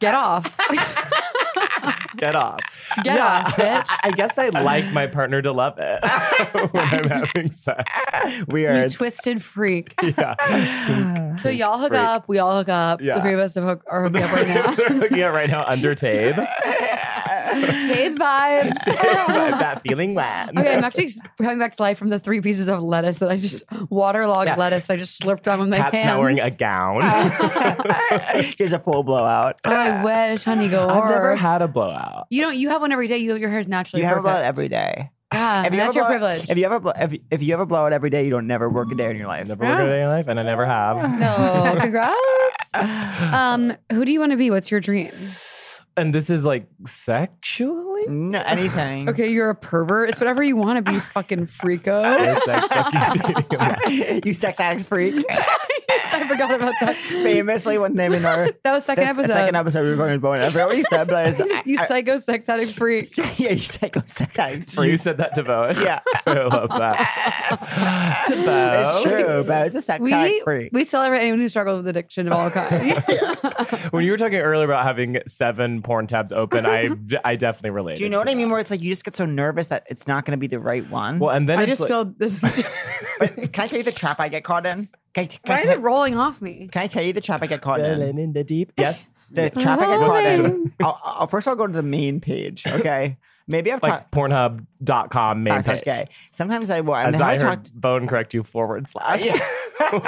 [SPEAKER 2] Get off.
[SPEAKER 4] Get off.
[SPEAKER 2] Get
[SPEAKER 4] Yeah,
[SPEAKER 2] off,
[SPEAKER 4] I-
[SPEAKER 2] bitch.
[SPEAKER 4] I, I guess I like my partner to love it when I'm having sex.
[SPEAKER 3] We
[SPEAKER 2] You
[SPEAKER 3] are.
[SPEAKER 2] twisted freak.
[SPEAKER 4] Yeah.
[SPEAKER 2] So y'all hook
[SPEAKER 4] freak.
[SPEAKER 2] up. We all hook up.
[SPEAKER 4] Yeah.
[SPEAKER 2] The three of us have hook, are hooking up right now.
[SPEAKER 4] They're looking at right now under tape.
[SPEAKER 2] Tape vibes.
[SPEAKER 4] that feeling when.
[SPEAKER 2] Okay, I'm actually coming back to life from the three pieces of lettuce that I just waterlogged
[SPEAKER 4] Yeah.
[SPEAKER 2] lettuce. I just slurped on with my
[SPEAKER 4] Pat's
[SPEAKER 2] hands.
[SPEAKER 4] now wearing a gown.
[SPEAKER 3] She's a full blowout.
[SPEAKER 2] Oh, I wish, honey, go
[SPEAKER 4] I've never
[SPEAKER 2] hard.
[SPEAKER 4] had a blowout.
[SPEAKER 2] you don't. You have one every day. You have your hair's naturally.
[SPEAKER 3] You have a blowout
[SPEAKER 2] perfect.
[SPEAKER 3] every day.
[SPEAKER 2] Yeah,
[SPEAKER 3] If you
[SPEAKER 2] Uh, that's
[SPEAKER 3] ever
[SPEAKER 2] your
[SPEAKER 3] blow-
[SPEAKER 2] privilege.
[SPEAKER 3] If you ever blow, if, if you ever blow it every day, you don't never work a day in your life.
[SPEAKER 4] Never worked a day in life, and I never have.
[SPEAKER 2] no, congrats. Um, who do you want to be? What's your dream?
[SPEAKER 4] And this is like sexually?
[SPEAKER 3] No, anything.
[SPEAKER 2] Okay, you're a pervert. It's whatever you want to be, fucking freako.
[SPEAKER 4] Sex fucking dating.
[SPEAKER 3] you sex addict freak.
[SPEAKER 2] I forgot about that.
[SPEAKER 3] Famously, when naming our
[SPEAKER 2] That was second
[SPEAKER 3] that's the
[SPEAKER 2] episode.
[SPEAKER 3] second episode we were going to bone. I forgot what you said, but I was,
[SPEAKER 2] you
[SPEAKER 3] I-
[SPEAKER 2] psycho sex addict freak.
[SPEAKER 3] yeah, you psycho sex addict
[SPEAKER 4] You
[SPEAKER 3] freak.
[SPEAKER 4] said that to Bo.
[SPEAKER 3] Yeah.
[SPEAKER 4] I love that. to Bo.
[SPEAKER 3] It's true, but it's a sex
[SPEAKER 2] We
[SPEAKER 3] addict freak.
[SPEAKER 2] we celebrate anyone who struggles with addiction of all kinds.
[SPEAKER 4] When you were talking earlier about having seven porn tabs open, I I definitely relate.
[SPEAKER 3] Do you know what I mean? Where it's like you just get so nervous that it's not going to be the right one.
[SPEAKER 4] Well, and then
[SPEAKER 2] I
[SPEAKER 4] it's
[SPEAKER 2] just
[SPEAKER 4] like,
[SPEAKER 2] spilled this.
[SPEAKER 3] Wait, can I tell you the trap I get caught in? Can I, can I
[SPEAKER 2] Why is
[SPEAKER 3] tell-
[SPEAKER 2] it rolling off me?
[SPEAKER 3] Can I tell you the trap I get caught in?
[SPEAKER 4] in the deep.
[SPEAKER 3] Yes, the trap I get caught in. I'll, I'll, first, I'll go to the main page. Okay, maybe I've
[SPEAKER 4] Like Pornhub.com main
[SPEAKER 3] talked.
[SPEAKER 4] page.
[SPEAKER 3] Okay, sometimes I will. And
[SPEAKER 4] As
[SPEAKER 3] then I,
[SPEAKER 4] I heard,
[SPEAKER 3] talked. Uh,
[SPEAKER 4] bone correct you forward slash.
[SPEAKER 2] Wow.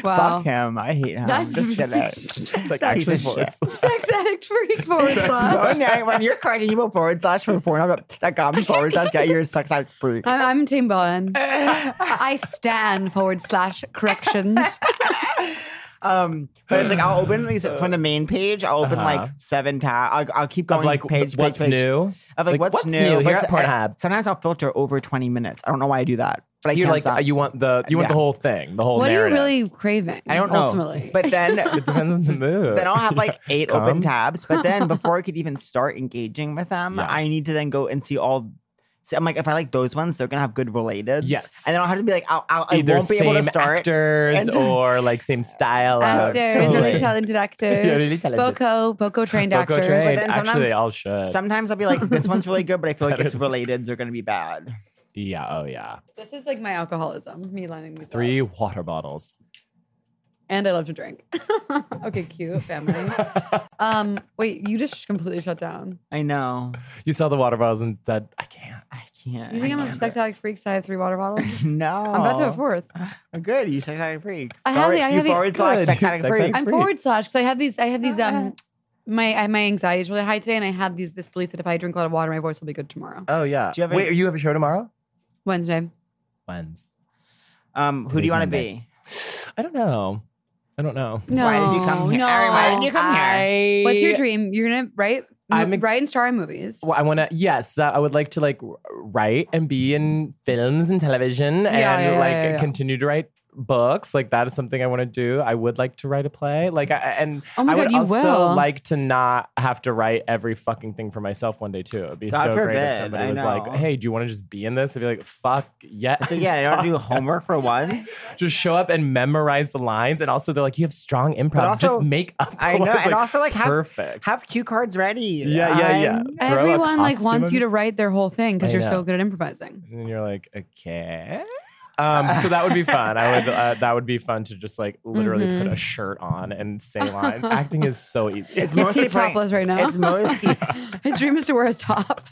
[SPEAKER 3] Fuck him. I hate him.
[SPEAKER 2] That's
[SPEAKER 3] Just kidding.
[SPEAKER 4] It's like
[SPEAKER 2] sex,
[SPEAKER 4] actually
[SPEAKER 3] piece of
[SPEAKER 4] forward
[SPEAKER 3] shit.
[SPEAKER 4] slash.
[SPEAKER 2] sex addict freak forward slash.
[SPEAKER 3] Oh, no, when you're correcting people forward slash for porn.com forward slash get your sex act free.
[SPEAKER 2] I'm, I'm Team Bowen. I stand forward slash corrections.
[SPEAKER 3] Um, but it's like I'll open these from the main page. I'll open
[SPEAKER 4] Uh-huh.
[SPEAKER 3] like seven tabs. I'll, I'll keep going
[SPEAKER 4] Of like
[SPEAKER 3] page, page,
[SPEAKER 4] what's
[SPEAKER 3] page.
[SPEAKER 4] new?
[SPEAKER 3] Of like, what's, new?
[SPEAKER 4] Here
[SPEAKER 3] What's-
[SPEAKER 4] at Pornhub.
[SPEAKER 3] I- sometimes I'll filter over 20 minutes. I don't know why I do that, but I
[SPEAKER 4] You're
[SPEAKER 3] can't
[SPEAKER 4] like uh,
[SPEAKER 3] stop.
[SPEAKER 4] you want the you want the
[SPEAKER 3] Yeah.
[SPEAKER 4] whole thing, the whole.
[SPEAKER 2] What are you
[SPEAKER 4] narrative.
[SPEAKER 2] really craving?
[SPEAKER 3] I don't know.
[SPEAKER 2] Ultimately,
[SPEAKER 3] But then
[SPEAKER 4] It depends on the mood.
[SPEAKER 3] then I'll have like eight
[SPEAKER 4] Come.
[SPEAKER 3] open tabs. But then before I could even start engaging with them,
[SPEAKER 4] Yeah.
[SPEAKER 3] I need to then go and see all. So I'm like, if I like those ones, they're gonna have good related.
[SPEAKER 4] Yes.
[SPEAKER 3] and then I'll have to be like, I'll, I'll, I
[SPEAKER 4] either
[SPEAKER 3] won't be
[SPEAKER 4] same
[SPEAKER 3] able to start.
[SPEAKER 4] actors
[SPEAKER 3] and-
[SPEAKER 4] or like same style. of-
[SPEAKER 2] actors,
[SPEAKER 3] totally.
[SPEAKER 2] really talented actors,
[SPEAKER 4] uh, Yeah, really talented.
[SPEAKER 2] Boko, Boko trained
[SPEAKER 4] Coco
[SPEAKER 2] actors.
[SPEAKER 4] Train.
[SPEAKER 3] then
[SPEAKER 4] Actually,
[SPEAKER 3] sometimes-
[SPEAKER 4] they all should.
[SPEAKER 3] Sometimes I'll be like, this one's really good, but I feel like its relateds are gonna be bad.
[SPEAKER 4] yeah. Oh yeah.
[SPEAKER 2] This is like my alcoholism. Me lining these up.
[SPEAKER 4] Three water bottles.
[SPEAKER 2] and I love to drink. okay, cute family. um, wait, you just completely shut down.
[SPEAKER 3] I know.
[SPEAKER 4] You saw the water bottles and said, "I can't."
[SPEAKER 3] I can't.
[SPEAKER 2] You think
[SPEAKER 3] I
[SPEAKER 2] I'm a
[SPEAKER 3] can't
[SPEAKER 2] sex
[SPEAKER 3] do it.
[SPEAKER 2] addict freak? So I have three water bottles.
[SPEAKER 3] No.
[SPEAKER 2] I'm about to have a fourth.
[SPEAKER 3] Good. You sex addict freak.
[SPEAKER 2] I have
[SPEAKER 3] Forward-
[SPEAKER 2] the- I
[SPEAKER 3] you
[SPEAKER 2] have the-
[SPEAKER 3] forward slash
[SPEAKER 4] Good.
[SPEAKER 3] sex addict
[SPEAKER 4] Sex
[SPEAKER 3] freak.
[SPEAKER 4] addict
[SPEAKER 2] I'm
[SPEAKER 4] Free.
[SPEAKER 2] forward slash because I have these. I have these. Um, my I, my anxiety is really high today, and I have these this belief that if I drink a lot of water, my voice will be good tomorrow.
[SPEAKER 4] Oh yeah.
[SPEAKER 3] Do you have
[SPEAKER 4] Wait,
[SPEAKER 3] any-
[SPEAKER 4] are you have a show tomorrow?
[SPEAKER 2] Wednesday.
[SPEAKER 4] When's?
[SPEAKER 3] Um, who do
[SPEAKER 4] Today's
[SPEAKER 3] you want to
[SPEAKER 4] Monday.
[SPEAKER 3] be?
[SPEAKER 4] I don't know. I don't know.
[SPEAKER 2] No,
[SPEAKER 3] Why did you come here?
[SPEAKER 2] No.
[SPEAKER 3] Ari, why didn't you come here?
[SPEAKER 4] I-
[SPEAKER 2] What's your dream? You're gonna write.
[SPEAKER 4] I'm
[SPEAKER 2] I'm
[SPEAKER 4] a-
[SPEAKER 2] write and star in movies.
[SPEAKER 4] Well, I want to. Yes, uh, I would like to like w- write and be in films and television, and
[SPEAKER 2] yeah, yeah,
[SPEAKER 4] like
[SPEAKER 2] yeah, yeah.
[SPEAKER 4] continue to write books. Like that is something I want to do. I would like to write a play. Like, I, and
[SPEAKER 2] Oh my
[SPEAKER 4] I
[SPEAKER 2] God,
[SPEAKER 4] would
[SPEAKER 2] you
[SPEAKER 4] also
[SPEAKER 2] will.
[SPEAKER 4] like to not have to write every fucking thing for myself one day too. It'd be
[SPEAKER 3] God
[SPEAKER 4] so great if
[SPEAKER 3] forbid,
[SPEAKER 4] somebody
[SPEAKER 3] I
[SPEAKER 4] was like,
[SPEAKER 3] know.
[SPEAKER 4] "Hey, do you want to just be in this?" I'd be like, "Fuck yeah!"
[SPEAKER 3] So yeah, I don't do homework for once.
[SPEAKER 4] Just show up and memorize the lines, and also they're like, "You have strong improv.
[SPEAKER 3] also-
[SPEAKER 4] just make up." the
[SPEAKER 3] I know,
[SPEAKER 4] lines."
[SPEAKER 3] and also, like, have-
[SPEAKER 4] perfect.
[SPEAKER 3] Have cue cards ready.
[SPEAKER 4] yeah, yeah, yeah.
[SPEAKER 3] I'm-
[SPEAKER 4] Throw a
[SPEAKER 2] Everyone like wants
[SPEAKER 4] costume.
[SPEAKER 2] you to write their whole thing
[SPEAKER 4] I
[SPEAKER 2] because you're
[SPEAKER 4] know.
[SPEAKER 2] so good at improvising.
[SPEAKER 4] and then you're like, okay. Um, so that would be fun. I would. Uh, that would be fun to just like literally put a shirt on and say lines. Acting is so e-, easy.
[SPEAKER 2] Yes,
[SPEAKER 3] It's mostly
[SPEAKER 2] he's
[SPEAKER 3] playing-
[SPEAKER 2] topless right now.
[SPEAKER 3] It's mostly
[SPEAKER 2] His dream is to wear a top.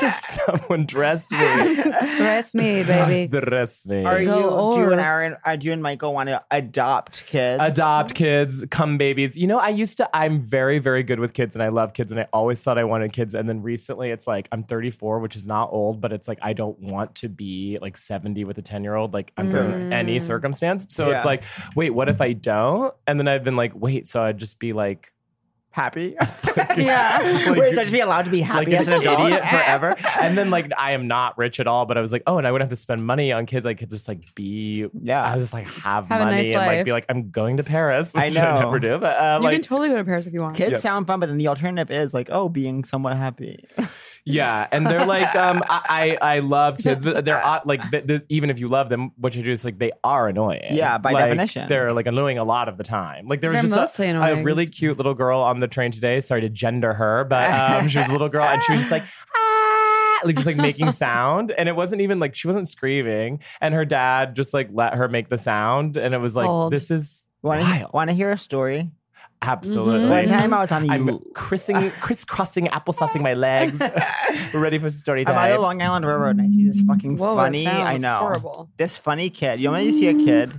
[SPEAKER 4] just someone dress me,
[SPEAKER 2] Dress me, baby.
[SPEAKER 4] dress me.
[SPEAKER 3] Are you?
[SPEAKER 2] Go
[SPEAKER 3] Do you and
[SPEAKER 2] off.
[SPEAKER 3] Aaron? Uh, do you and Michael want to adopt kids?
[SPEAKER 4] Adopt kids, come babies. You know, I used to, I'm very, very good with kids and I love kids and I always thought I wanted kids. And then recently it's like, I'm 34, which is not old, but it's like, I don't want to be like 70 with a 10 year old, like under any
[SPEAKER 2] Mm.
[SPEAKER 4] circumstance. So it's
[SPEAKER 3] Yeah.
[SPEAKER 4] like, wait, what if I don't? And then I've been like, wait, so I'd just be like,
[SPEAKER 3] happy.
[SPEAKER 2] Yeah.
[SPEAKER 4] Like,
[SPEAKER 3] Wait, so I should be allowed to be
[SPEAKER 4] like
[SPEAKER 3] happy
[SPEAKER 4] an
[SPEAKER 3] as an adult
[SPEAKER 4] idiot forever. And then like I am not rich at all, but I was like, oh, and I wouldn't have to spend money on kids. I could just like be,
[SPEAKER 3] Yeah.
[SPEAKER 4] I was just like have,
[SPEAKER 2] Have a
[SPEAKER 4] money
[SPEAKER 2] nice
[SPEAKER 4] and like
[SPEAKER 2] life.
[SPEAKER 4] be like, I'm going to Paris.
[SPEAKER 3] I
[SPEAKER 4] which I
[SPEAKER 3] know.
[SPEAKER 4] never do, but uh,
[SPEAKER 2] You
[SPEAKER 4] like
[SPEAKER 2] can totally go to Paris if you want.
[SPEAKER 3] Kids sound fun, but then the alternative is like, oh, being somewhat happy.
[SPEAKER 4] Yeah, and they're like, um, I, I I love kids, but they're uh, like, th- this, even if you love them, what you do is like they are annoying.
[SPEAKER 3] Yeah, by
[SPEAKER 4] Like,
[SPEAKER 3] definition.
[SPEAKER 4] they're like annoying a lot of the time. Like there was
[SPEAKER 2] They're
[SPEAKER 4] just a-
[SPEAKER 2] mostly
[SPEAKER 4] a,
[SPEAKER 2] annoying.
[SPEAKER 4] really cute little girl on the train today. Sorry to gender her, but um, she was a little girl and she was just like. "Ah," Like just like making sound, and it wasn't even like she wasn't screaming, and her dad just like let her make the sound, and it was like
[SPEAKER 2] Bold.
[SPEAKER 4] this is
[SPEAKER 3] Want to
[SPEAKER 4] Wild.
[SPEAKER 3] want to hear a story?
[SPEAKER 4] absolutely.
[SPEAKER 2] Mm-hmm.
[SPEAKER 3] One time I was on the
[SPEAKER 4] I'm crissing, crisscrossing, applesaucing my legs, ready for story
[SPEAKER 3] I'm on the
[SPEAKER 4] time.
[SPEAKER 3] Long Island Railroad and I see this fucking
[SPEAKER 2] Whoa, that
[SPEAKER 3] funny. I
[SPEAKER 2] sounds
[SPEAKER 3] know
[SPEAKER 2] horrible.
[SPEAKER 3] this funny kid. You know when you see a kid,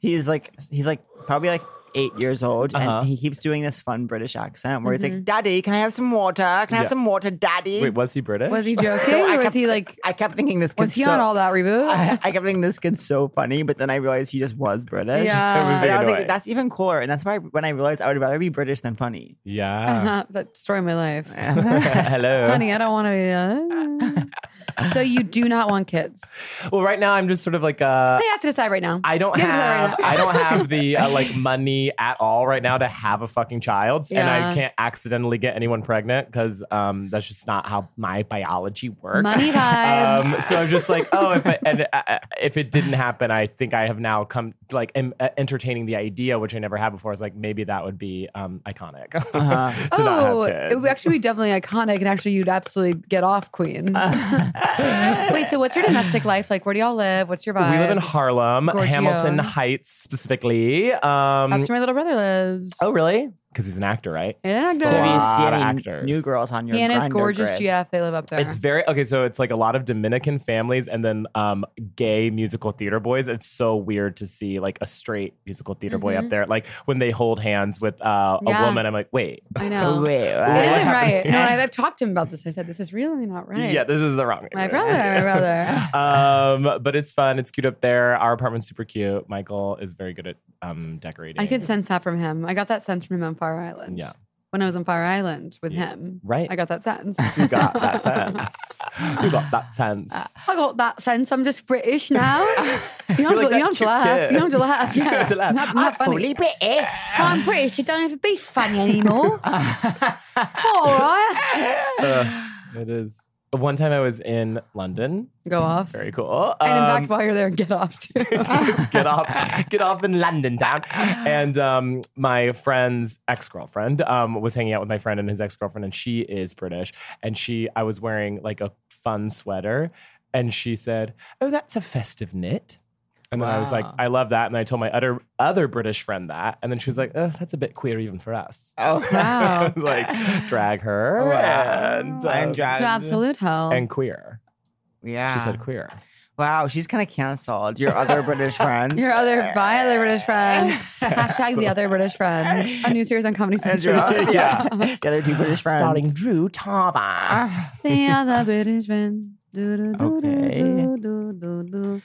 [SPEAKER 3] he's like he's like probably like eight years old,
[SPEAKER 4] Uh-huh.
[SPEAKER 3] and he keeps doing this fun British accent where he's
[SPEAKER 2] Mm-hmm.
[SPEAKER 3] like, "Daddy, can I have some water? Can I
[SPEAKER 4] Yeah.
[SPEAKER 3] have some water, Daddy?"
[SPEAKER 4] Wait, was he British?
[SPEAKER 2] Was he joking?
[SPEAKER 3] So I
[SPEAKER 2] or was
[SPEAKER 3] kept-
[SPEAKER 2] he like,
[SPEAKER 3] I kept thinking this kid's
[SPEAKER 2] was he
[SPEAKER 3] so,
[SPEAKER 2] on all that reboot?
[SPEAKER 3] I, I kept thinking this kid's so funny, but then I realized he just was British.
[SPEAKER 2] Yeah. It would
[SPEAKER 3] and
[SPEAKER 4] be
[SPEAKER 3] I was
[SPEAKER 4] annoying.
[SPEAKER 3] like, that's even cooler. And that's why when I realized I would rather be British than funny.
[SPEAKER 4] Yeah.
[SPEAKER 3] Uh.
[SPEAKER 2] Uh-huh, that story of my life.
[SPEAKER 4] Hello.
[SPEAKER 2] Uh-huh. Honey, I don't want to. Uh... so you do not want kids.
[SPEAKER 4] Well, right now I'm just sort of like uh
[SPEAKER 2] I have to decide right now.
[SPEAKER 4] I don't
[SPEAKER 2] You have to decide right
[SPEAKER 4] have
[SPEAKER 2] now.
[SPEAKER 4] I don't have the uh, like money at all right now to have a fucking child, and I
[SPEAKER 2] Yeah.
[SPEAKER 4] can't accidentally get anyone pregnant because um that's just not how my biology works.
[SPEAKER 2] Money vibes.
[SPEAKER 4] Um, so I'm just like, oh, if it, and, uh, if it didn't happen, I think I have now come like am, uh, entertaining the idea, which I never had before. Is like maybe that would be um, iconic. to not have
[SPEAKER 2] oh, it
[SPEAKER 4] kids.
[SPEAKER 2] would actually be definitely iconic, and actually, you'd absolutely get off Queen. Wait, so what's your domestic life like? Where do y'all live? What's your vibe?
[SPEAKER 4] we live in Harlem,
[SPEAKER 2] Gorgio.
[SPEAKER 4] Hamilton Heights specifically. Um,
[SPEAKER 2] That's where my little brother lives.
[SPEAKER 4] Oh, really? Because he's an actor, right?
[SPEAKER 2] and
[SPEAKER 3] So have
[SPEAKER 4] Wow.
[SPEAKER 2] I
[SPEAKER 3] you seen
[SPEAKER 4] Lot of
[SPEAKER 3] any
[SPEAKER 4] actors.
[SPEAKER 3] new girls on your
[SPEAKER 2] know. Hannah's
[SPEAKER 3] Grindr
[SPEAKER 2] gorgeous
[SPEAKER 3] grid?
[SPEAKER 2] GF. They live up there.
[SPEAKER 4] It's very okay. So it's like a lot of Dominican families and then um, gay musical theater boys. It's so weird to see like a straight musical theater boy up there. Like when they hold hands with uh, a
[SPEAKER 2] Mm-hmm. Yeah.
[SPEAKER 4] woman, I'm like, wait,
[SPEAKER 2] I
[SPEAKER 3] Oh,
[SPEAKER 2] know.
[SPEAKER 3] wait,
[SPEAKER 2] it
[SPEAKER 3] wow.
[SPEAKER 2] isn't right.
[SPEAKER 4] happening?
[SPEAKER 2] No, I've, I've talked to him about this. I said this is really not right.
[SPEAKER 4] yeah, this is the wrong.
[SPEAKER 2] my brother, my brother.
[SPEAKER 4] um, but it's fun. It's cute up there. Our apartment's super cute. Michael is very good at um decorating.
[SPEAKER 2] I could sense that from him. I got that sense from him on Fire Island.
[SPEAKER 4] Yeah.
[SPEAKER 2] When I was on Fire Island with
[SPEAKER 4] Yeah.
[SPEAKER 2] him.
[SPEAKER 4] Right.
[SPEAKER 2] I got that sense.
[SPEAKER 4] You got that sense. you got that sense.
[SPEAKER 2] I got that sense. I'm just British now. You
[SPEAKER 4] You're like
[SPEAKER 2] don't, have, to, you
[SPEAKER 4] that
[SPEAKER 2] don't have to
[SPEAKER 4] cute
[SPEAKER 2] laugh.
[SPEAKER 4] kid.
[SPEAKER 2] You don't have to laugh.
[SPEAKER 4] You
[SPEAKER 2] Yeah.
[SPEAKER 4] don't have to laugh.
[SPEAKER 2] Not, not funny.
[SPEAKER 3] British.
[SPEAKER 2] No, I'm British. I don't have to be funny anymore. All right.
[SPEAKER 4] Uh, it is. One time I was in London.
[SPEAKER 2] Go off.
[SPEAKER 4] Very cool.
[SPEAKER 2] and in
[SPEAKER 4] Um,
[SPEAKER 2] fact, while you're there, get off too.
[SPEAKER 4] get off get off in London town. And um, my friend's ex-girlfriend um, was hanging out with my friend and his ex-girlfriend, and she is British. And she I was wearing like a fun sweater, and she said, Oh, that's a festive knit. And then I was like,
[SPEAKER 3] Wow.
[SPEAKER 4] I love that. And I told my other other British friend that. And then she was like, Oh, that's a bit queer even for us.
[SPEAKER 3] Oh,
[SPEAKER 4] I
[SPEAKER 2] wow.
[SPEAKER 4] was like, drag her
[SPEAKER 3] Wow.
[SPEAKER 4] and,
[SPEAKER 3] I'm
[SPEAKER 4] um,
[SPEAKER 3] drag-
[SPEAKER 2] to absolute hell.
[SPEAKER 4] and
[SPEAKER 3] Oh.
[SPEAKER 4] queer.
[SPEAKER 3] yeah.
[SPEAKER 4] She said
[SPEAKER 3] Ah.
[SPEAKER 4] queer.
[SPEAKER 3] wow, she's kind of canceled. Your other British friend.
[SPEAKER 2] Your other by other British friend. Hashtag the other British friend. A new series on Comedy Central.
[SPEAKER 3] Andrea. yeah. The other two British friends. Ah,
[SPEAKER 4] Starring Drew Oh, Tava.
[SPEAKER 2] the other British friend. Do, do, do,
[SPEAKER 3] Okay.
[SPEAKER 2] do, do, do, do.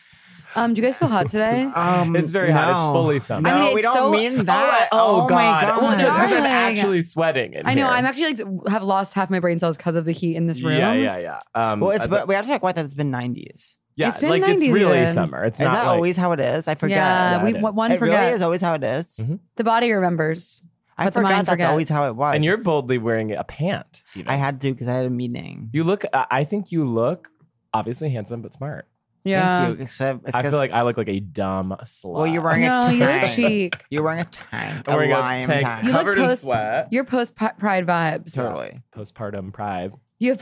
[SPEAKER 2] Um, do you guys feel hot today?
[SPEAKER 3] Um,
[SPEAKER 4] It's very hot. It's
[SPEAKER 3] no.
[SPEAKER 4] fully summer.
[SPEAKER 3] No,
[SPEAKER 2] I mean,
[SPEAKER 3] we
[SPEAKER 2] it's
[SPEAKER 3] don't
[SPEAKER 2] so-
[SPEAKER 3] mean that.
[SPEAKER 4] Oh, God.
[SPEAKER 3] my
[SPEAKER 4] Well,
[SPEAKER 3] god.
[SPEAKER 4] just 'cause I'm
[SPEAKER 2] Darling.
[SPEAKER 4] actually sweating. In
[SPEAKER 2] I know.
[SPEAKER 4] here.
[SPEAKER 2] I'm actually like have lost half my brain cells because of the heat in this room.
[SPEAKER 4] Yeah, yeah, yeah. Um,
[SPEAKER 3] Well, it's
[SPEAKER 4] I-
[SPEAKER 3] but we have to talk about that. It's been 90s.
[SPEAKER 4] yeah,
[SPEAKER 2] it's been
[SPEAKER 4] like it's
[SPEAKER 2] 90s
[SPEAKER 4] really
[SPEAKER 2] even.
[SPEAKER 4] summer. It's
[SPEAKER 3] Is
[SPEAKER 4] not
[SPEAKER 3] that
[SPEAKER 4] like,
[SPEAKER 3] always how it is? I forget.
[SPEAKER 2] Yeah,
[SPEAKER 4] Yeah,
[SPEAKER 2] we,
[SPEAKER 4] it is.
[SPEAKER 2] one
[SPEAKER 3] it
[SPEAKER 2] forgets.
[SPEAKER 3] really is always how it is.
[SPEAKER 4] Mhm.
[SPEAKER 2] the body remembers.
[SPEAKER 3] I
[SPEAKER 2] But the
[SPEAKER 3] forgot
[SPEAKER 2] mind
[SPEAKER 3] that's always
[SPEAKER 2] forgets.
[SPEAKER 3] how it was.
[SPEAKER 4] and you're boldly wearing a pant. Even.
[SPEAKER 3] I had to because I had a meeting.
[SPEAKER 4] you look. I I think you look obviously handsome but smart.
[SPEAKER 2] Yeah.
[SPEAKER 3] Thank you. Except it's
[SPEAKER 4] I feel
[SPEAKER 3] 'cause
[SPEAKER 4] like I look like a dumb slut.
[SPEAKER 3] well, you're wearing
[SPEAKER 2] No,
[SPEAKER 3] a
[SPEAKER 2] you look
[SPEAKER 3] tank.
[SPEAKER 2] cheap.
[SPEAKER 3] You're wearing a tank.
[SPEAKER 4] I'm
[SPEAKER 3] a
[SPEAKER 4] wearing a
[SPEAKER 3] lime
[SPEAKER 4] Oh, tank
[SPEAKER 3] tank.
[SPEAKER 2] You look
[SPEAKER 4] covered in
[SPEAKER 2] post-
[SPEAKER 4] sweat.
[SPEAKER 2] Your post pi- pride vibes.
[SPEAKER 3] totally.
[SPEAKER 4] Postpartum pride.
[SPEAKER 2] You have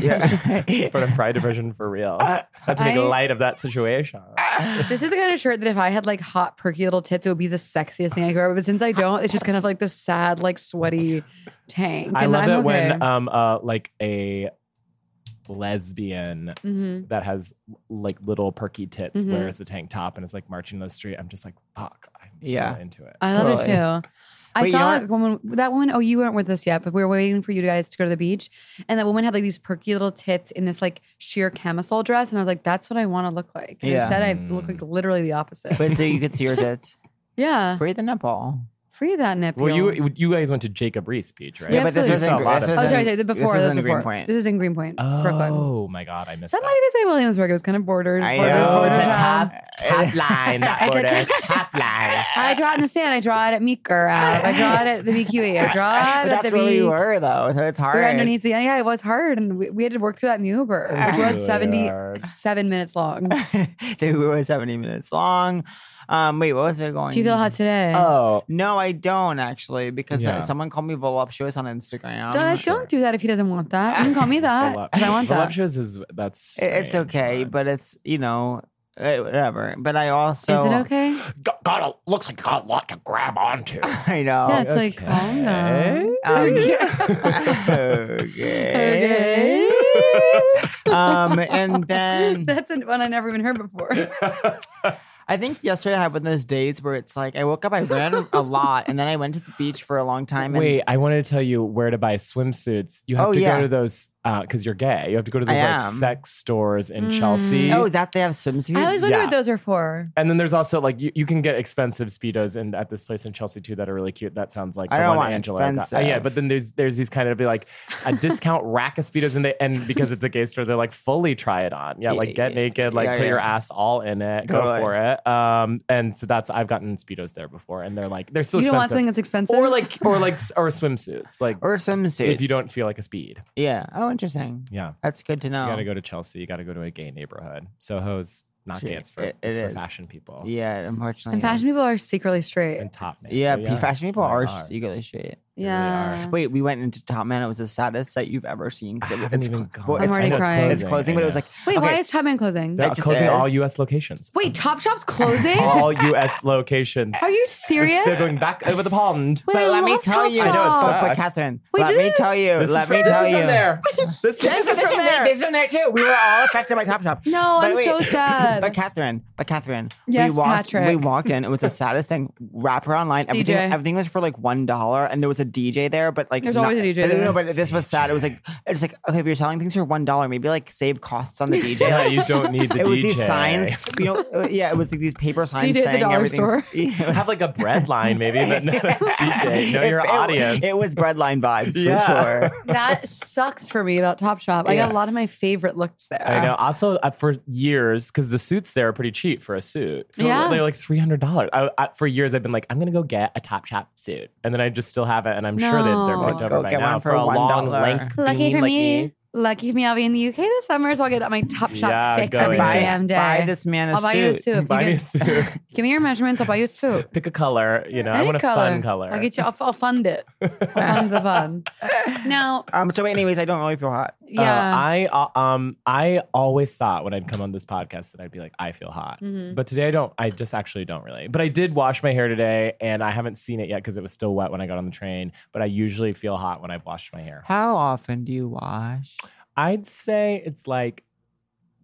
[SPEAKER 4] Depression.
[SPEAKER 2] depression.
[SPEAKER 3] Yeah.
[SPEAKER 4] Postpartum pride depression for real. Not to make
[SPEAKER 2] I-
[SPEAKER 4] light of that situation.
[SPEAKER 3] Ah.
[SPEAKER 2] This is the kind of shirt that if I had like hot, perky little tits, it would be the sexiest thing I could wear. But since I don't, it's just kind of like this sad, like sweaty tank.
[SPEAKER 4] I
[SPEAKER 2] and
[SPEAKER 4] love
[SPEAKER 2] I'm
[SPEAKER 4] it
[SPEAKER 2] okay.
[SPEAKER 4] when um uh like a lesbian
[SPEAKER 2] Mhm.
[SPEAKER 4] that has like little perky tits
[SPEAKER 2] Mhm.
[SPEAKER 4] wears a tank top and is like marching down the street. I'm just like, fuck, I'm
[SPEAKER 3] Yeah.
[SPEAKER 4] so into it.
[SPEAKER 2] I love
[SPEAKER 3] Totally.
[SPEAKER 2] it too. I
[SPEAKER 3] Wait, you
[SPEAKER 2] saw
[SPEAKER 3] know
[SPEAKER 2] that woman. That woman. Oh, you weren't with us yet, but we were waiting for you guys to go to the beach. And that woman had like these perky little tits in this like sheer camisole dress, and I was like, "That's what I want to look like." And
[SPEAKER 3] Yeah. Hmm.
[SPEAKER 2] instead, I look like literally the opposite.
[SPEAKER 3] But so you could see your tits.
[SPEAKER 2] yeah,
[SPEAKER 3] Free the nipple.
[SPEAKER 2] free that nipple.
[SPEAKER 4] Well, you you guys went to Jacob Reese Beach, right?
[SPEAKER 2] Yeah,
[SPEAKER 3] but this
[SPEAKER 2] absolutely.
[SPEAKER 3] was in,
[SPEAKER 4] You saw a lot
[SPEAKER 3] this
[SPEAKER 4] of
[SPEAKER 3] was
[SPEAKER 2] Oh,
[SPEAKER 3] in,
[SPEAKER 2] sorry, sorry, the
[SPEAKER 3] this
[SPEAKER 2] before.
[SPEAKER 3] was
[SPEAKER 2] This
[SPEAKER 3] in
[SPEAKER 2] is
[SPEAKER 3] Greenpoint.
[SPEAKER 2] This is in Greenpoint, Brooklyn.
[SPEAKER 4] Oh my God, I missed
[SPEAKER 2] That might
[SPEAKER 4] that.
[SPEAKER 2] have been St. Williamsburg. It was kind of bordered.
[SPEAKER 3] I
[SPEAKER 2] bordered,
[SPEAKER 3] know.
[SPEAKER 2] bordered
[SPEAKER 3] It's a
[SPEAKER 2] town.
[SPEAKER 4] top line. That border, top line.
[SPEAKER 2] I draw it in the sand. I draw it at Meeker Ave. I draw it at the BQE. I draw it
[SPEAKER 3] But
[SPEAKER 2] at
[SPEAKER 3] that's
[SPEAKER 2] the
[SPEAKER 3] where
[SPEAKER 2] B.
[SPEAKER 3] we were though. So it's hard.
[SPEAKER 2] We were underneath the yeah, yeah, it was hard, and we, we had to work through that in Uber.
[SPEAKER 4] It was
[SPEAKER 2] It was
[SPEAKER 4] really hard.
[SPEAKER 2] seventy-seven minutes long.
[SPEAKER 4] Oh,
[SPEAKER 2] Do
[SPEAKER 3] they were 70 minutes long. Um, wait, what was it going?
[SPEAKER 2] you feel hot today?
[SPEAKER 4] Oh,
[SPEAKER 3] No, I don't actually, because uh
[SPEAKER 4] Yeah.
[SPEAKER 3] someone called me voluptuous on Instagram.
[SPEAKER 2] don't,
[SPEAKER 4] sure.
[SPEAKER 2] don't do that if he doesn't want that. You can call me that.
[SPEAKER 4] volu-
[SPEAKER 2] 'cause I want that. Is
[SPEAKER 4] voluptuous is that's
[SPEAKER 3] I- it's
[SPEAKER 4] strange,
[SPEAKER 3] okay, but it's you know eh, whatever. But I also
[SPEAKER 2] it okay?
[SPEAKER 4] got, got a, looks like you got a lot to grab onto.
[SPEAKER 3] I know.
[SPEAKER 2] Yeah, it's like
[SPEAKER 4] Oh, okay.
[SPEAKER 2] calm down.
[SPEAKER 3] Um,
[SPEAKER 2] Okay.
[SPEAKER 3] okay. um, and then
[SPEAKER 2] That's a one I never even heard before.
[SPEAKER 3] I think yesterday I had one of those days where it's like I woke up, I ran a lot, and then I went to the beach for a long time. And
[SPEAKER 4] Wait, I wanted to tell you where to buy swimsuits. You have
[SPEAKER 3] Oh,
[SPEAKER 4] to
[SPEAKER 3] yeah.
[SPEAKER 4] go to those because you're gay. You have to go to those
[SPEAKER 3] I
[SPEAKER 4] like
[SPEAKER 3] am.
[SPEAKER 4] sex stores in
[SPEAKER 2] Mm.
[SPEAKER 4] Chelsea.
[SPEAKER 3] Oh, that they have swimsuits.
[SPEAKER 2] I always wonder
[SPEAKER 4] Yeah.
[SPEAKER 2] what those are for.
[SPEAKER 4] and then there's also like you, you can get expensive speedos and at this place in Chelsea too that are really cute. That sounds like
[SPEAKER 3] I
[SPEAKER 4] the
[SPEAKER 3] don't
[SPEAKER 4] one
[SPEAKER 3] want
[SPEAKER 4] Angela. got. Uh, yeah,
[SPEAKER 3] expensive.
[SPEAKER 4] but then there's there's these kind of be like a discount rack of speedos and they and because it's a gay store they're like fully try it on. Yeah,
[SPEAKER 3] Yeah,
[SPEAKER 4] like get
[SPEAKER 3] yeah,
[SPEAKER 4] naked, like
[SPEAKER 3] yeah,
[SPEAKER 4] put your
[SPEAKER 3] yeah.
[SPEAKER 4] ass all in it, go
[SPEAKER 3] Totally.
[SPEAKER 4] for it. Um, and so that's I've gotten speedos there before and they're like they're so
[SPEAKER 2] you don't want
[SPEAKER 4] expensive
[SPEAKER 2] something that's expensive,
[SPEAKER 4] or like or like s- or swimsuits like
[SPEAKER 3] or swimsuits.
[SPEAKER 4] if you don't feel like a speed.
[SPEAKER 3] yeah. Oh, interesting.
[SPEAKER 4] Yeah.
[SPEAKER 3] That's good to know.
[SPEAKER 4] You gotta go to Chelsea. You gotta go to a gay neighborhood. Soho's not
[SPEAKER 3] Shit,
[SPEAKER 4] gay. It's for
[SPEAKER 3] it-
[SPEAKER 4] it's
[SPEAKER 3] it
[SPEAKER 4] for
[SPEAKER 3] is.
[SPEAKER 4] fashion people.
[SPEAKER 3] Yeah, unfortunately.
[SPEAKER 2] and fashion
[SPEAKER 3] yes.
[SPEAKER 2] people are secretly straight.
[SPEAKER 4] And top men.
[SPEAKER 3] Yeah,
[SPEAKER 4] They
[SPEAKER 3] p- fashion people
[SPEAKER 4] They
[SPEAKER 3] are secretly straight.
[SPEAKER 4] really
[SPEAKER 2] yeah.
[SPEAKER 3] Wait, we went into Top Man. It was the saddest sight you've ever seen. 'cause
[SPEAKER 4] I
[SPEAKER 3] it-
[SPEAKER 4] haven't
[SPEAKER 3] it's
[SPEAKER 4] even
[SPEAKER 3] cl-
[SPEAKER 4] gone.
[SPEAKER 3] well,
[SPEAKER 4] I
[SPEAKER 3] it's,
[SPEAKER 2] I'm already
[SPEAKER 4] know it's
[SPEAKER 2] crying.
[SPEAKER 3] it's closing, but it was like
[SPEAKER 2] Wait, why
[SPEAKER 3] okay.
[SPEAKER 4] okay.
[SPEAKER 2] is Top Man closing?
[SPEAKER 4] They're
[SPEAKER 3] It just
[SPEAKER 4] closing all
[SPEAKER 3] is.
[SPEAKER 4] U.S. locations.
[SPEAKER 2] Wait, Top Shop's closing?
[SPEAKER 4] all U.S. locations.
[SPEAKER 2] Are you
[SPEAKER 4] They're
[SPEAKER 2] serious?
[SPEAKER 4] going back over the pond.
[SPEAKER 2] Wait, I
[SPEAKER 3] But let me
[SPEAKER 2] love
[SPEAKER 3] tell
[SPEAKER 2] Topshop.
[SPEAKER 3] you,
[SPEAKER 4] I know, it's
[SPEAKER 3] but, but
[SPEAKER 4] sucks.
[SPEAKER 3] Catherine,
[SPEAKER 2] Wait,
[SPEAKER 3] let
[SPEAKER 2] this
[SPEAKER 3] me
[SPEAKER 2] is-
[SPEAKER 3] tell you,
[SPEAKER 4] This is
[SPEAKER 3] let
[SPEAKER 4] from-
[SPEAKER 3] me
[SPEAKER 4] this
[SPEAKER 3] tell
[SPEAKER 4] is
[SPEAKER 3] you.
[SPEAKER 4] from there. This,
[SPEAKER 3] This
[SPEAKER 4] this
[SPEAKER 3] is
[SPEAKER 4] is
[SPEAKER 3] from there. This is from there too. We were all affected by Top Shop.
[SPEAKER 2] No,
[SPEAKER 3] But
[SPEAKER 2] Oh, I'm
[SPEAKER 3] wait,
[SPEAKER 2] so sad.
[SPEAKER 3] But Catherine, but Catherine,
[SPEAKER 2] Yes,
[SPEAKER 3] we walked. We
[SPEAKER 2] Patrick.
[SPEAKER 3] walked in. It was the saddest thing. Wraparound line. Everything,
[SPEAKER 2] DJ.
[SPEAKER 3] everything was for like one dollar, and there was a DJ there. But like,
[SPEAKER 2] There's always a DJ
[SPEAKER 3] But, no,
[SPEAKER 2] there.
[SPEAKER 3] no, but this was sad. It was like, it's like okay, if you're selling things for one dollar, maybe like save costs on the DJ.
[SPEAKER 4] Yeah,
[SPEAKER 3] Like,
[SPEAKER 4] you don't need the
[SPEAKER 3] it
[SPEAKER 4] DJ.
[SPEAKER 3] was these signs. You know, uh, yeah, it was like these paper
[SPEAKER 2] DJ
[SPEAKER 3] signs
[SPEAKER 2] at the
[SPEAKER 3] saying
[SPEAKER 2] dollar
[SPEAKER 3] everything's-
[SPEAKER 2] store.
[SPEAKER 3] Yeah, it was-
[SPEAKER 4] Have like a bread line maybe, but no DJ. Know
[SPEAKER 3] It-
[SPEAKER 4] your
[SPEAKER 3] it-
[SPEAKER 4] audience.
[SPEAKER 3] It was breadline vibes for
[SPEAKER 4] Yeah.
[SPEAKER 3] sure.
[SPEAKER 2] that sucks for me about Top Shop. I got a lot of my favorite looks there.
[SPEAKER 4] I know. Also, uh, for years, because the suits there are pretty cheap for a suit.
[SPEAKER 2] Yeah.
[SPEAKER 4] they're like three hundred dollars. I, I, for years, I've been like, I'm gonna go get a Top Chop suit, and then I just still have it, and I'm sure that
[SPEAKER 2] No.
[SPEAKER 4] they're picked
[SPEAKER 3] Go
[SPEAKER 4] over by
[SPEAKER 3] get
[SPEAKER 4] now
[SPEAKER 3] one
[SPEAKER 4] for,
[SPEAKER 3] for
[SPEAKER 4] a long
[SPEAKER 3] $1.
[SPEAKER 4] length.
[SPEAKER 2] Lucky
[SPEAKER 4] bean
[SPEAKER 2] for
[SPEAKER 4] like
[SPEAKER 2] me. Lucky for me, I'll be in the UK this summer, so I'll get my Top Shop
[SPEAKER 4] Yeah,
[SPEAKER 2] fix
[SPEAKER 4] go
[SPEAKER 2] every
[SPEAKER 4] in.
[SPEAKER 2] damn day.
[SPEAKER 3] Buy this man a
[SPEAKER 2] I'll
[SPEAKER 3] suit.
[SPEAKER 2] buy you a suit. If you
[SPEAKER 4] Buy me a
[SPEAKER 2] get-
[SPEAKER 4] suit.
[SPEAKER 2] Give me your measurements. I'll buy you a suit.
[SPEAKER 4] Pick a color. You know, I
[SPEAKER 2] Any
[SPEAKER 4] want a
[SPEAKER 2] color.
[SPEAKER 4] fun color.
[SPEAKER 2] I'll get you. I'll, I'll fund it. I'll fund the fun. Now,
[SPEAKER 3] Um. So, anyways, I don't really feel hot.
[SPEAKER 4] Uh,
[SPEAKER 2] yeah,
[SPEAKER 4] I uh, um I always thought when I'd come on this podcast that I'd be like I feel hot,
[SPEAKER 2] Mm-hmm.
[SPEAKER 4] but today I don't. I just actually don't really. But I did wash my hair today, and I haven't seen it yet because it was still wet when I got on the train. But I usually feel hot when I've washed my hair.
[SPEAKER 3] How often do you wash?
[SPEAKER 4] I'd say it's like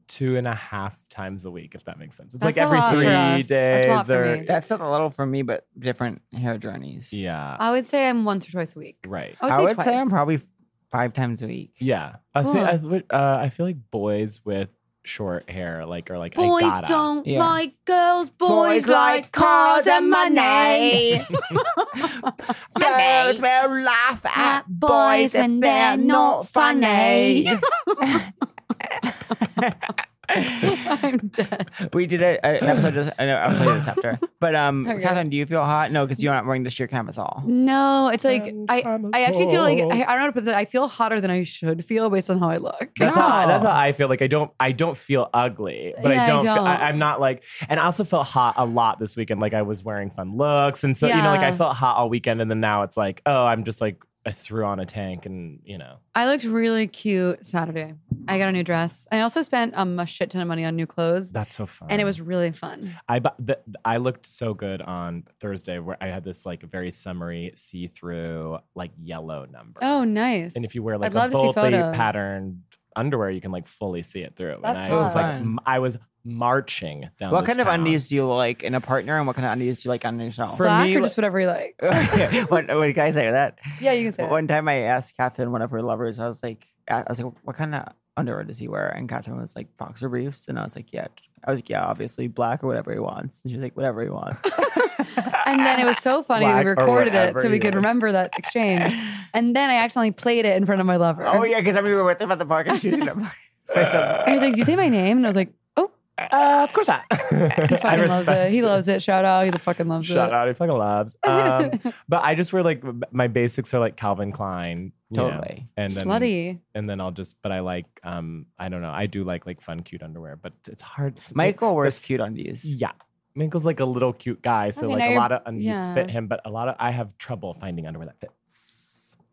[SPEAKER 4] two and a half times a week, if that makes sense. It's
[SPEAKER 2] That's
[SPEAKER 4] like
[SPEAKER 2] a
[SPEAKER 4] every
[SPEAKER 2] lot for
[SPEAKER 4] three days
[SPEAKER 2] us. That's a lot for
[SPEAKER 4] or
[SPEAKER 2] me.
[SPEAKER 3] That's a little for me, but different hair journeys.
[SPEAKER 4] yeah,
[SPEAKER 2] I would say I'm once or twice a week.
[SPEAKER 4] right.
[SPEAKER 2] I would say,
[SPEAKER 3] I would say
[SPEAKER 2] twice.
[SPEAKER 3] I'm probably five times a week.
[SPEAKER 4] Yeah, I
[SPEAKER 2] Cool.
[SPEAKER 4] think I, would- uh, I feel like boys with short hair like are like I
[SPEAKER 2] Boys
[SPEAKER 4] gotta.
[SPEAKER 2] don't
[SPEAKER 3] Yeah.
[SPEAKER 2] like girls. Boys, like cars and money.
[SPEAKER 3] Girls will laugh at
[SPEAKER 2] At boys
[SPEAKER 3] boys
[SPEAKER 2] when
[SPEAKER 3] if they're
[SPEAKER 2] they're not
[SPEAKER 3] not funny.
[SPEAKER 2] I'm dead.
[SPEAKER 3] we did a, a- an episode just. I know I'll tell you this after. But um,
[SPEAKER 2] Okay.
[SPEAKER 3] Catherine, do you feel hot? No, because you're not wearing the sheer camisole.
[SPEAKER 2] No, it's like
[SPEAKER 4] And
[SPEAKER 2] I.
[SPEAKER 4] I'm a
[SPEAKER 2] I actually feel like I,
[SPEAKER 4] troll.
[SPEAKER 2] I don't know, how to put that I feel hotter than I should feel based on how I look.
[SPEAKER 4] That's how
[SPEAKER 3] No.
[SPEAKER 4] that's how I feel. Like I don't I don't feel ugly, but
[SPEAKER 2] Yeah, I
[SPEAKER 4] I don't. Feel,
[SPEAKER 2] don't.
[SPEAKER 4] I, am not like, and I also felt hot a lot this weekend. Like I was wearing fun looks, and so you know, like I
[SPEAKER 2] Yeah.
[SPEAKER 4] felt hot all weekend, and then now it's like, oh, I'm just like I threw on a tank, and you know,
[SPEAKER 2] I looked really cute Saturday. I got a new dress. I also spent um, a shit ton of money on new clothes,
[SPEAKER 4] that's so fun.
[SPEAKER 2] and it was really fun.
[SPEAKER 4] I bu- th- I looked so good on Thursday where I had this like very summery see through like yellow number.
[SPEAKER 2] Oh, nice.
[SPEAKER 4] And if you wear like a
[SPEAKER 2] love to see
[SPEAKER 4] boldly
[SPEAKER 2] photos.
[SPEAKER 4] patterned underwever, you can like fully see it through. and I
[SPEAKER 2] That's
[SPEAKER 4] was like,
[SPEAKER 3] fun.
[SPEAKER 4] m- I was marching down.
[SPEAKER 3] What
[SPEAKER 4] this
[SPEAKER 3] kind of
[SPEAKER 4] town.
[SPEAKER 3] undies do you like in a partner, and what kind of undies do you like on yourself?
[SPEAKER 4] For
[SPEAKER 2] black
[SPEAKER 4] me,
[SPEAKER 2] or
[SPEAKER 4] like-
[SPEAKER 2] just whatever he likes.
[SPEAKER 3] when, when guys say that,
[SPEAKER 2] yeah, you can say. it.
[SPEAKER 3] one time I asked Catherine, one of her lovers, I was like, I was like, what kind of underwear does he wear? And Catherine was like, boxer briefs, and I was like, yeah. I was like, yeah, obviously black or whatever he wants. And she's like, whatever he wants.
[SPEAKER 2] And then it was so funny that we
[SPEAKER 4] Black or
[SPEAKER 2] recorded it
[SPEAKER 4] whatever
[SPEAKER 2] so we
[SPEAKER 4] he is.
[SPEAKER 2] could remember that exchange. And then I accidentally played it in front of my lover.
[SPEAKER 3] Oh yeah, because I remember we were with him at the park and she was in a
[SPEAKER 2] And he's like, "Did you say my name?" And I was like, "Oh,
[SPEAKER 4] Uh, of course not.
[SPEAKER 2] he fucking loves it. He loves it. Shout out. He the fucking loves
[SPEAKER 4] Shout
[SPEAKER 2] it."
[SPEAKER 4] out, he fucking loves. Um, but I just wear like my basics are like Calvin Klein, you know,
[SPEAKER 3] Totally.
[SPEAKER 4] and then,
[SPEAKER 2] Slutty.
[SPEAKER 4] and then I'll just. But I like, um, I don't know. I do like like fun, cute underwear, but it's hard. it's-
[SPEAKER 3] Michael wears cute undies.
[SPEAKER 4] yeah, Michael's like a little cute guy, so
[SPEAKER 2] mean,
[SPEAKER 4] like
[SPEAKER 2] now
[SPEAKER 4] a
[SPEAKER 2] you're-
[SPEAKER 4] lot of undies
[SPEAKER 2] yeah.
[SPEAKER 4] fit him, but a lot of I have trouble finding underwear that fits.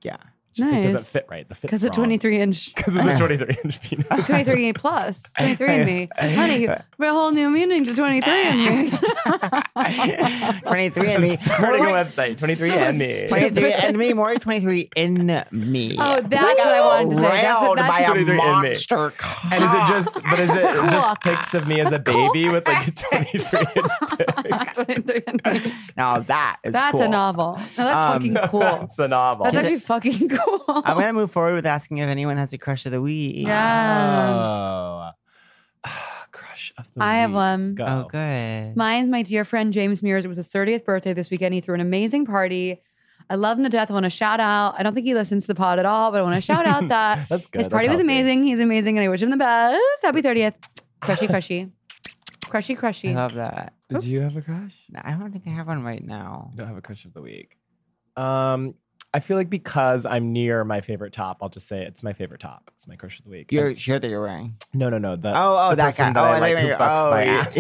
[SPEAKER 3] Yeah.
[SPEAKER 4] Just like doesn't
[SPEAKER 2] Nice.
[SPEAKER 4] fit right. The fit
[SPEAKER 2] Because the 23 inch,
[SPEAKER 4] Because of the twenty-three inch penis.
[SPEAKER 2] 23 plus, 23 and me. Honey, you brought a whole new meaning to 23 and me.
[SPEAKER 3] 23 and
[SPEAKER 4] I'm
[SPEAKER 3] me. More
[SPEAKER 4] starting a
[SPEAKER 3] like
[SPEAKER 4] website. Twenty-three
[SPEAKER 2] So
[SPEAKER 4] and me.
[SPEAKER 2] stupid.
[SPEAKER 3] 23 and me, more like 23 in me.
[SPEAKER 2] Oh, that's what I wanted to say. That's,
[SPEAKER 3] Railed
[SPEAKER 2] that's
[SPEAKER 3] by a
[SPEAKER 4] 23 and me.
[SPEAKER 3] monster cock.
[SPEAKER 4] And is it just but is it just
[SPEAKER 2] Cock.
[SPEAKER 4] pics of me as a baby with like a 23 inch dick?
[SPEAKER 2] 23 and me.
[SPEAKER 3] Now that is
[SPEAKER 2] That's
[SPEAKER 3] cool.
[SPEAKER 2] a novel. No, that's
[SPEAKER 3] Um,
[SPEAKER 2] fucking cool.
[SPEAKER 4] That's a novel.
[SPEAKER 2] That's actually fucking cool.
[SPEAKER 3] I'm gonna move forward with asking if anyone has a crush of the week.
[SPEAKER 2] yeah.
[SPEAKER 4] oh. Ah, Crush of the
[SPEAKER 2] I have
[SPEAKER 4] week.
[SPEAKER 2] one.
[SPEAKER 4] Go.
[SPEAKER 3] Oh, good.
[SPEAKER 2] Mine's my dear friend James Mears. It was his 30th birthday this weekend. He threw an amazing party. I love him to death. I want to shout out. I don't think he listens to the pod at all, but I want to shout out that
[SPEAKER 4] That's good.
[SPEAKER 2] his party
[SPEAKER 4] That's
[SPEAKER 2] was
[SPEAKER 4] healthy.
[SPEAKER 2] amazing. He's amazing, and I wish him the best. Happy 30th. Crushy, crushy. Crushy,
[SPEAKER 3] I
[SPEAKER 2] crushy.
[SPEAKER 3] love that.
[SPEAKER 4] Do you have a crush?
[SPEAKER 3] No, I don't think I have one right now.
[SPEAKER 4] I don't have a crush of the week. Um I feel like because I'm near my favorite top, I'll just say it's my favorite top. It's my crush of the week.
[SPEAKER 3] You're sure that you're wearing.
[SPEAKER 4] And- no, no, no. The,
[SPEAKER 3] Oh, oh,
[SPEAKER 4] the
[SPEAKER 3] that
[SPEAKER 4] person
[SPEAKER 3] guy.
[SPEAKER 4] that
[SPEAKER 3] Oh,
[SPEAKER 4] I
[SPEAKER 3] I
[SPEAKER 4] like
[SPEAKER 3] thought
[SPEAKER 4] who
[SPEAKER 3] you were-
[SPEAKER 4] fucks
[SPEAKER 3] oh,
[SPEAKER 4] my
[SPEAKER 3] yeah.
[SPEAKER 4] ass.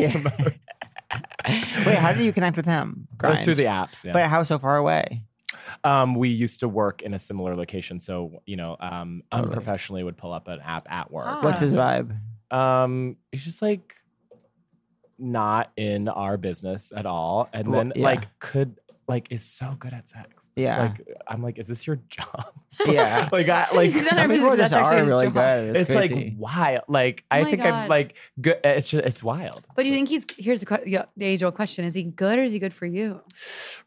[SPEAKER 4] the
[SPEAKER 3] Yeah.
[SPEAKER 4] most.
[SPEAKER 3] Wait, how did you connect with him?
[SPEAKER 4] It was through
[SPEAKER 3] Grind.
[SPEAKER 4] the apps. Yeah.
[SPEAKER 3] But how so far away?
[SPEAKER 4] Um, we used to work in a similar location, so you know, um, unprofessionally would pull up an app at work.
[SPEAKER 2] Ah.
[SPEAKER 3] What's his vibe?
[SPEAKER 4] Um, it's just like not in our business at all, and
[SPEAKER 3] Well,
[SPEAKER 4] then
[SPEAKER 3] yeah.
[SPEAKER 4] like could like is so good at sex. It's
[SPEAKER 3] Yeah.
[SPEAKER 4] like I'm like, is this your job?
[SPEAKER 3] Yeah.
[SPEAKER 4] like I like.
[SPEAKER 2] He's not
[SPEAKER 3] Some
[SPEAKER 2] our
[SPEAKER 3] people
[SPEAKER 2] business,
[SPEAKER 3] just
[SPEAKER 2] that's actually
[SPEAKER 3] are
[SPEAKER 2] his
[SPEAKER 3] really
[SPEAKER 2] job.
[SPEAKER 3] good. It's,
[SPEAKER 4] It's, like
[SPEAKER 3] crazy.
[SPEAKER 4] wild. Like
[SPEAKER 2] Oh
[SPEAKER 4] I
[SPEAKER 2] my
[SPEAKER 4] think I'm
[SPEAKER 2] God.
[SPEAKER 4] like good. It's just, it's wild.
[SPEAKER 2] But do you think he's here's the, que- yeah, the age old question: Is he good or is he good for you?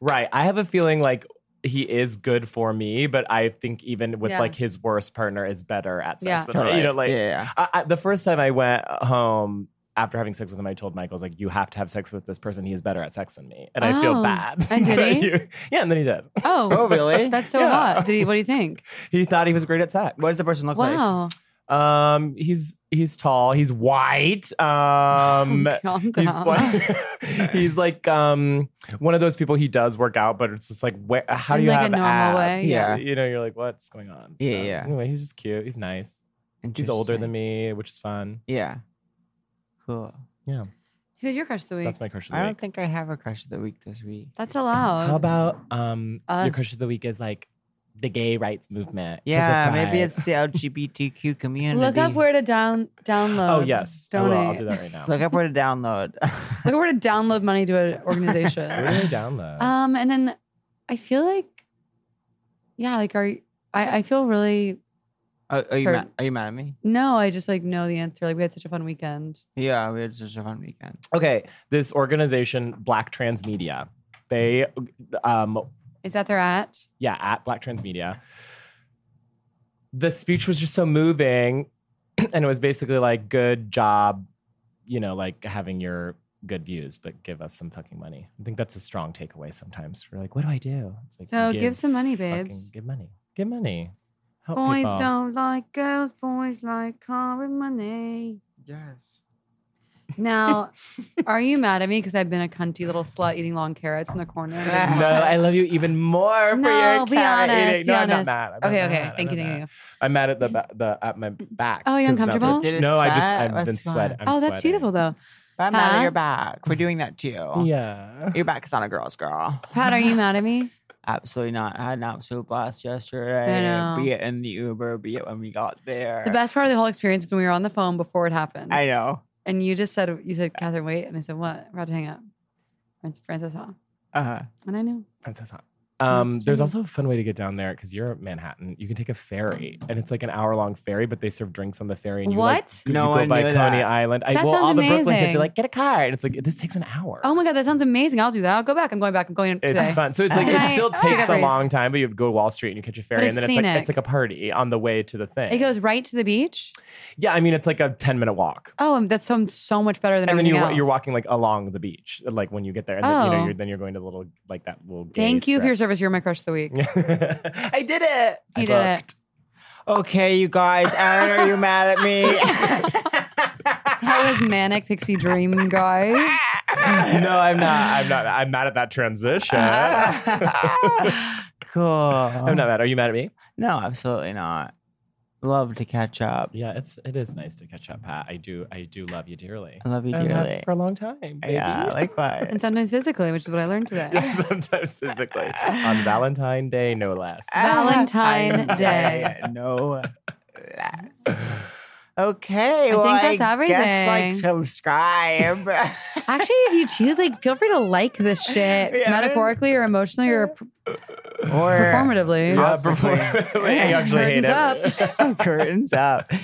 [SPEAKER 4] Right. I have a feeling like he is good for me, but I think even with
[SPEAKER 2] Yeah.
[SPEAKER 4] like his worst partner is better at sex.
[SPEAKER 2] Yeah.
[SPEAKER 4] than I.
[SPEAKER 3] Totally.
[SPEAKER 4] You know, like
[SPEAKER 3] yeah, yeah.
[SPEAKER 4] I, I, the first time I went home after having sex with him, I told Michael, I was like, you have to have sex with this person. He is better at sex than me. And I feel
[SPEAKER 2] Oh.
[SPEAKER 4] bad.
[SPEAKER 2] And did
[SPEAKER 4] But
[SPEAKER 2] he?
[SPEAKER 4] yeah, and then he did.
[SPEAKER 2] Oh,
[SPEAKER 3] Oh, really?
[SPEAKER 2] that's so
[SPEAKER 4] Yeah.
[SPEAKER 2] hot. Did he, what do you think?
[SPEAKER 4] He thought he was great at sex.
[SPEAKER 3] What does the person look like?
[SPEAKER 2] Wow.
[SPEAKER 4] um, he's he's tall, he's white. Um
[SPEAKER 2] Oh,
[SPEAKER 4] he
[SPEAKER 2] God.
[SPEAKER 4] fl- he's like um one of those people he does work out, but it's just like where how do
[SPEAKER 2] In
[SPEAKER 4] you
[SPEAKER 2] like a
[SPEAKER 4] have
[SPEAKER 2] normal
[SPEAKER 4] abs?
[SPEAKER 2] way,
[SPEAKER 3] yeah.
[SPEAKER 4] You know, you're like, what's going on?
[SPEAKER 3] Yeah,
[SPEAKER 4] Um,
[SPEAKER 3] yeah.
[SPEAKER 4] Anyway, he's just cute. He's nice. He's older than me, which is fun.
[SPEAKER 3] Yeah. Cool.
[SPEAKER 4] Yeah.
[SPEAKER 2] Who's your crush of the week?
[SPEAKER 4] That's my crush of the
[SPEAKER 3] I
[SPEAKER 4] week.
[SPEAKER 3] don't think I have a crush of the week this week.
[SPEAKER 2] That's allowed.
[SPEAKER 4] How about um your
[SPEAKER 2] Us.
[SPEAKER 4] crush of the week is like the gay rights movement? 'cause of
[SPEAKER 3] Yeah, maybe
[SPEAKER 4] Pride.
[SPEAKER 3] it's the LGBTQ community.
[SPEAKER 2] Look up where to down download.
[SPEAKER 4] Oh yes, I will.
[SPEAKER 2] um, donate.
[SPEAKER 4] I'll do that right now.
[SPEAKER 3] Look up where to download.
[SPEAKER 2] Look up where to download money to an organization.
[SPEAKER 4] Where do I download?
[SPEAKER 2] Um, and then I feel like, yeah, like are I? I feel really
[SPEAKER 3] Oh, are, are you
[SPEAKER 2] Sure.
[SPEAKER 3] mad, are you mad at me?
[SPEAKER 2] no. I just like know the answer. Like we had such a fun weekend.
[SPEAKER 3] Yeah, we had such a fun weekend.
[SPEAKER 4] okay, this organization, Black Transmedia, they um
[SPEAKER 2] Is that they're at?
[SPEAKER 4] yeah, at Black Transmedia. The speech was just so moving. And it was basically like, good job, you know, like having your good views, but give us some fucking money. I think that's a strong takeaway sometimes. We're like, what do I do? It's like,
[SPEAKER 2] So give some money, babes.
[SPEAKER 4] fucking- Give money. Give money. Help
[SPEAKER 2] Boys
[SPEAKER 4] people.
[SPEAKER 2] don't like girls. Boys like car and money.
[SPEAKER 3] Yes.
[SPEAKER 2] Now, are you mad at me because I've been a cunty little slut eating long carrots in the corner? and didn't
[SPEAKER 4] No,
[SPEAKER 2] want it?
[SPEAKER 4] I love you even more for
[SPEAKER 2] No,
[SPEAKER 4] your
[SPEAKER 2] be
[SPEAKER 4] carrot
[SPEAKER 2] honest,
[SPEAKER 4] eating.
[SPEAKER 2] be
[SPEAKER 4] No, I'm not
[SPEAKER 2] honest.
[SPEAKER 4] mad. I'm not
[SPEAKER 2] okay, okay.
[SPEAKER 4] mad. I'm
[SPEAKER 2] Thank you,
[SPEAKER 4] not
[SPEAKER 2] thank
[SPEAKER 4] mad.
[SPEAKER 2] you.
[SPEAKER 4] I'm mad at the ba- the at my back.
[SPEAKER 2] Oh, you're
[SPEAKER 4] 'cause now
[SPEAKER 2] uncomfortable?
[SPEAKER 4] they're-
[SPEAKER 3] Did it
[SPEAKER 4] No, I just
[SPEAKER 3] sweat?
[SPEAKER 4] I've been
[SPEAKER 3] What's going
[SPEAKER 4] sweat.
[SPEAKER 3] on?
[SPEAKER 4] I'm
[SPEAKER 2] Oh, that's
[SPEAKER 4] sweating.
[SPEAKER 2] beautiful though.
[SPEAKER 3] But I'm mad
[SPEAKER 2] Huh?
[SPEAKER 3] at your back for doing that to you.
[SPEAKER 4] Yeah.
[SPEAKER 3] Your back's not a girl's girl.
[SPEAKER 2] Pat, are you mad at me?
[SPEAKER 3] Absolutely not. I had an absolute blast yesterday.
[SPEAKER 2] know.
[SPEAKER 3] Be it in the Uber, be it when we got there.
[SPEAKER 2] The best part of the whole experience is when we were on the phone before it happened.
[SPEAKER 3] I know.
[SPEAKER 2] and you just said, you said, Catherine, wait. And I said, what? We're about to hang up. Francis, Francis Hall.
[SPEAKER 3] Uh huh.
[SPEAKER 2] And I knew.
[SPEAKER 4] Princess Hot. Um,
[SPEAKER 2] Oh, That's
[SPEAKER 4] there's
[SPEAKER 2] right.
[SPEAKER 4] also a fun way to get down there because you're Manhattan. You can take a ferry, and it's like an hour long ferry, but they serve drinks on the ferry. And you like,
[SPEAKER 2] What?
[SPEAKER 4] go-
[SPEAKER 3] No
[SPEAKER 4] you go
[SPEAKER 3] one
[SPEAKER 4] by
[SPEAKER 3] knew
[SPEAKER 4] Coney
[SPEAKER 3] that.
[SPEAKER 4] Island. I,
[SPEAKER 2] That
[SPEAKER 4] well,
[SPEAKER 2] sounds
[SPEAKER 4] all the Brooklyn kids are
[SPEAKER 2] amazing.
[SPEAKER 4] like, get a car, and it's like this takes an hour.
[SPEAKER 2] Oh my god, that sounds amazing. I'll do that. I'll go back. I'm going back. I'm going
[SPEAKER 4] It's
[SPEAKER 2] today.
[SPEAKER 4] fun. So it's like
[SPEAKER 2] Today-
[SPEAKER 4] it still
[SPEAKER 2] Chicken
[SPEAKER 4] takes a
[SPEAKER 2] Breeze.
[SPEAKER 4] long time, but you would go to Wall Street and you catch a ferry,
[SPEAKER 2] But
[SPEAKER 4] and
[SPEAKER 2] it's
[SPEAKER 4] then it's like
[SPEAKER 2] scenic.
[SPEAKER 4] it's like a party on the way to the thing.
[SPEAKER 2] It goes right to the beach.
[SPEAKER 4] yeah, I mean it's like a ten minute walk.
[SPEAKER 2] Oh, and that sounds so much better than
[SPEAKER 4] and then
[SPEAKER 2] everything
[SPEAKER 4] you,
[SPEAKER 2] else.
[SPEAKER 4] you're walking like along the beach, like when you get there, and then, you know,
[SPEAKER 2] Oh.
[SPEAKER 4] you're, then you're going to the little like that little. gay
[SPEAKER 2] Thank you for your
[SPEAKER 4] strip.
[SPEAKER 2] service. You're my crush of the week.
[SPEAKER 4] I did it. I
[SPEAKER 2] You did it.
[SPEAKER 4] booked.
[SPEAKER 3] Okay, you guys. Aaron, are you mad at me?
[SPEAKER 2] That was manic pixie dream, guys.
[SPEAKER 4] no, I'm not. I'm not. I'm mad at that transition.
[SPEAKER 3] cool.
[SPEAKER 4] I'm not mad. Are you mad at me?
[SPEAKER 3] No, absolutely not. Love to catch up.
[SPEAKER 4] Yeah, it's it is nice to catch up, Pat. I do. I do love you dearly.
[SPEAKER 3] I love you
[SPEAKER 4] And have
[SPEAKER 3] dearly.
[SPEAKER 4] for a long time. Baby.
[SPEAKER 3] Yeah, likewise.
[SPEAKER 2] And sometimes physically, which is what I learned today.
[SPEAKER 4] Yeah, sometimes physically on Valentine Day, no less.
[SPEAKER 3] Ah,
[SPEAKER 2] Valentine Day.
[SPEAKER 3] no less. Okay,
[SPEAKER 2] I
[SPEAKER 3] well,
[SPEAKER 2] think that's
[SPEAKER 3] I guess like
[SPEAKER 2] everything.
[SPEAKER 3] subscribe.
[SPEAKER 2] Actually, if you choose, like, feel free to like this shit
[SPEAKER 3] Yeah.
[SPEAKER 2] metaphorically or emotionally or p-
[SPEAKER 3] or
[SPEAKER 2] performatively.
[SPEAKER 4] Yeah,
[SPEAKER 3] Cosmically.
[SPEAKER 4] before- I actually hate
[SPEAKER 2] Curtains
[SPEAKER 4] it.
[SPEAKER 3] curtains up. We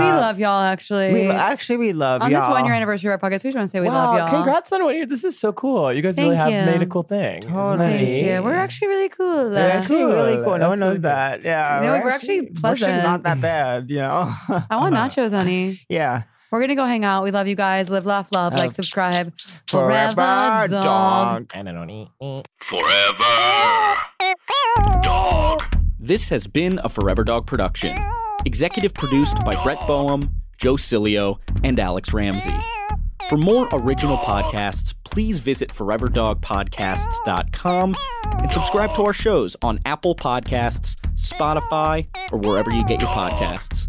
[SPEAKER 2] we love y'all, actually.
[SPEAKER 3] uh, We lo- actually we love
[SPEAKER 2] On
[SPEAKER 3] y'all.
[SPEAKER 2] this one year anniversary of our podcast, we just want to say we
[SPEAKER 4] wow,
[SPEAKER 2] love y'all.
[SPEAKER 4] congrats on one year. This is so cool. You guys really
[SPEAKER 2] Thank
[SPEAKER 4] have
[SPEAKER 2] you.
[SPEAKER 4] made a cool thing. Isn't that
[SPEAKER 3] Totally.
[SPEAKER 2] Thank
[SPEAKER 4] neat?
[SPEAKER 2] you. We're actually really cool.
[SPEAKER 3] We're
[SPEAKER 2] Uh,
[SPEAKER 3] actually
[SPEAKER 4] Cool.
[SPEAKER 3] really cool.
[SPEAKER 4] That's
[SPEAKER 3] No one knows
[SPEAKER 4] really
[SPEAKER 3] that. Yeah,
[SPEAKER 2] No, we're actually
[SPEAKER 3] We're
[SPEAKER 2] pleasant.
[SPEAKER 3] actually not that bad, you know.
[SPEAKER 2] I want nachos, honey.
[SPEAKER 3] yeah.
[SPEAKER 2] We're going to go hang out. We love you guys. Live, laugh, love.
[SPEAKER 3] Oh.
[SPEAKER 2] Like, subscribe.
[SPEAKER 3] Forever
[SPEAKER 2] dog.
[SPEAKER 3] dog.
[SPEAKER 4] And I don't eat.
[SPEAKER 5] Forever. Dog.
[SPEAKER 6] This has been a Forever Dog production. Executive produced by Brett Boehm, Joe Cilio, and Alex Ramsey. For more original podcasts, please visit foreverdogpodcasts.com and subscribe to our shows on Apple Podcasts, Spotify, or wherever you get your podcasts.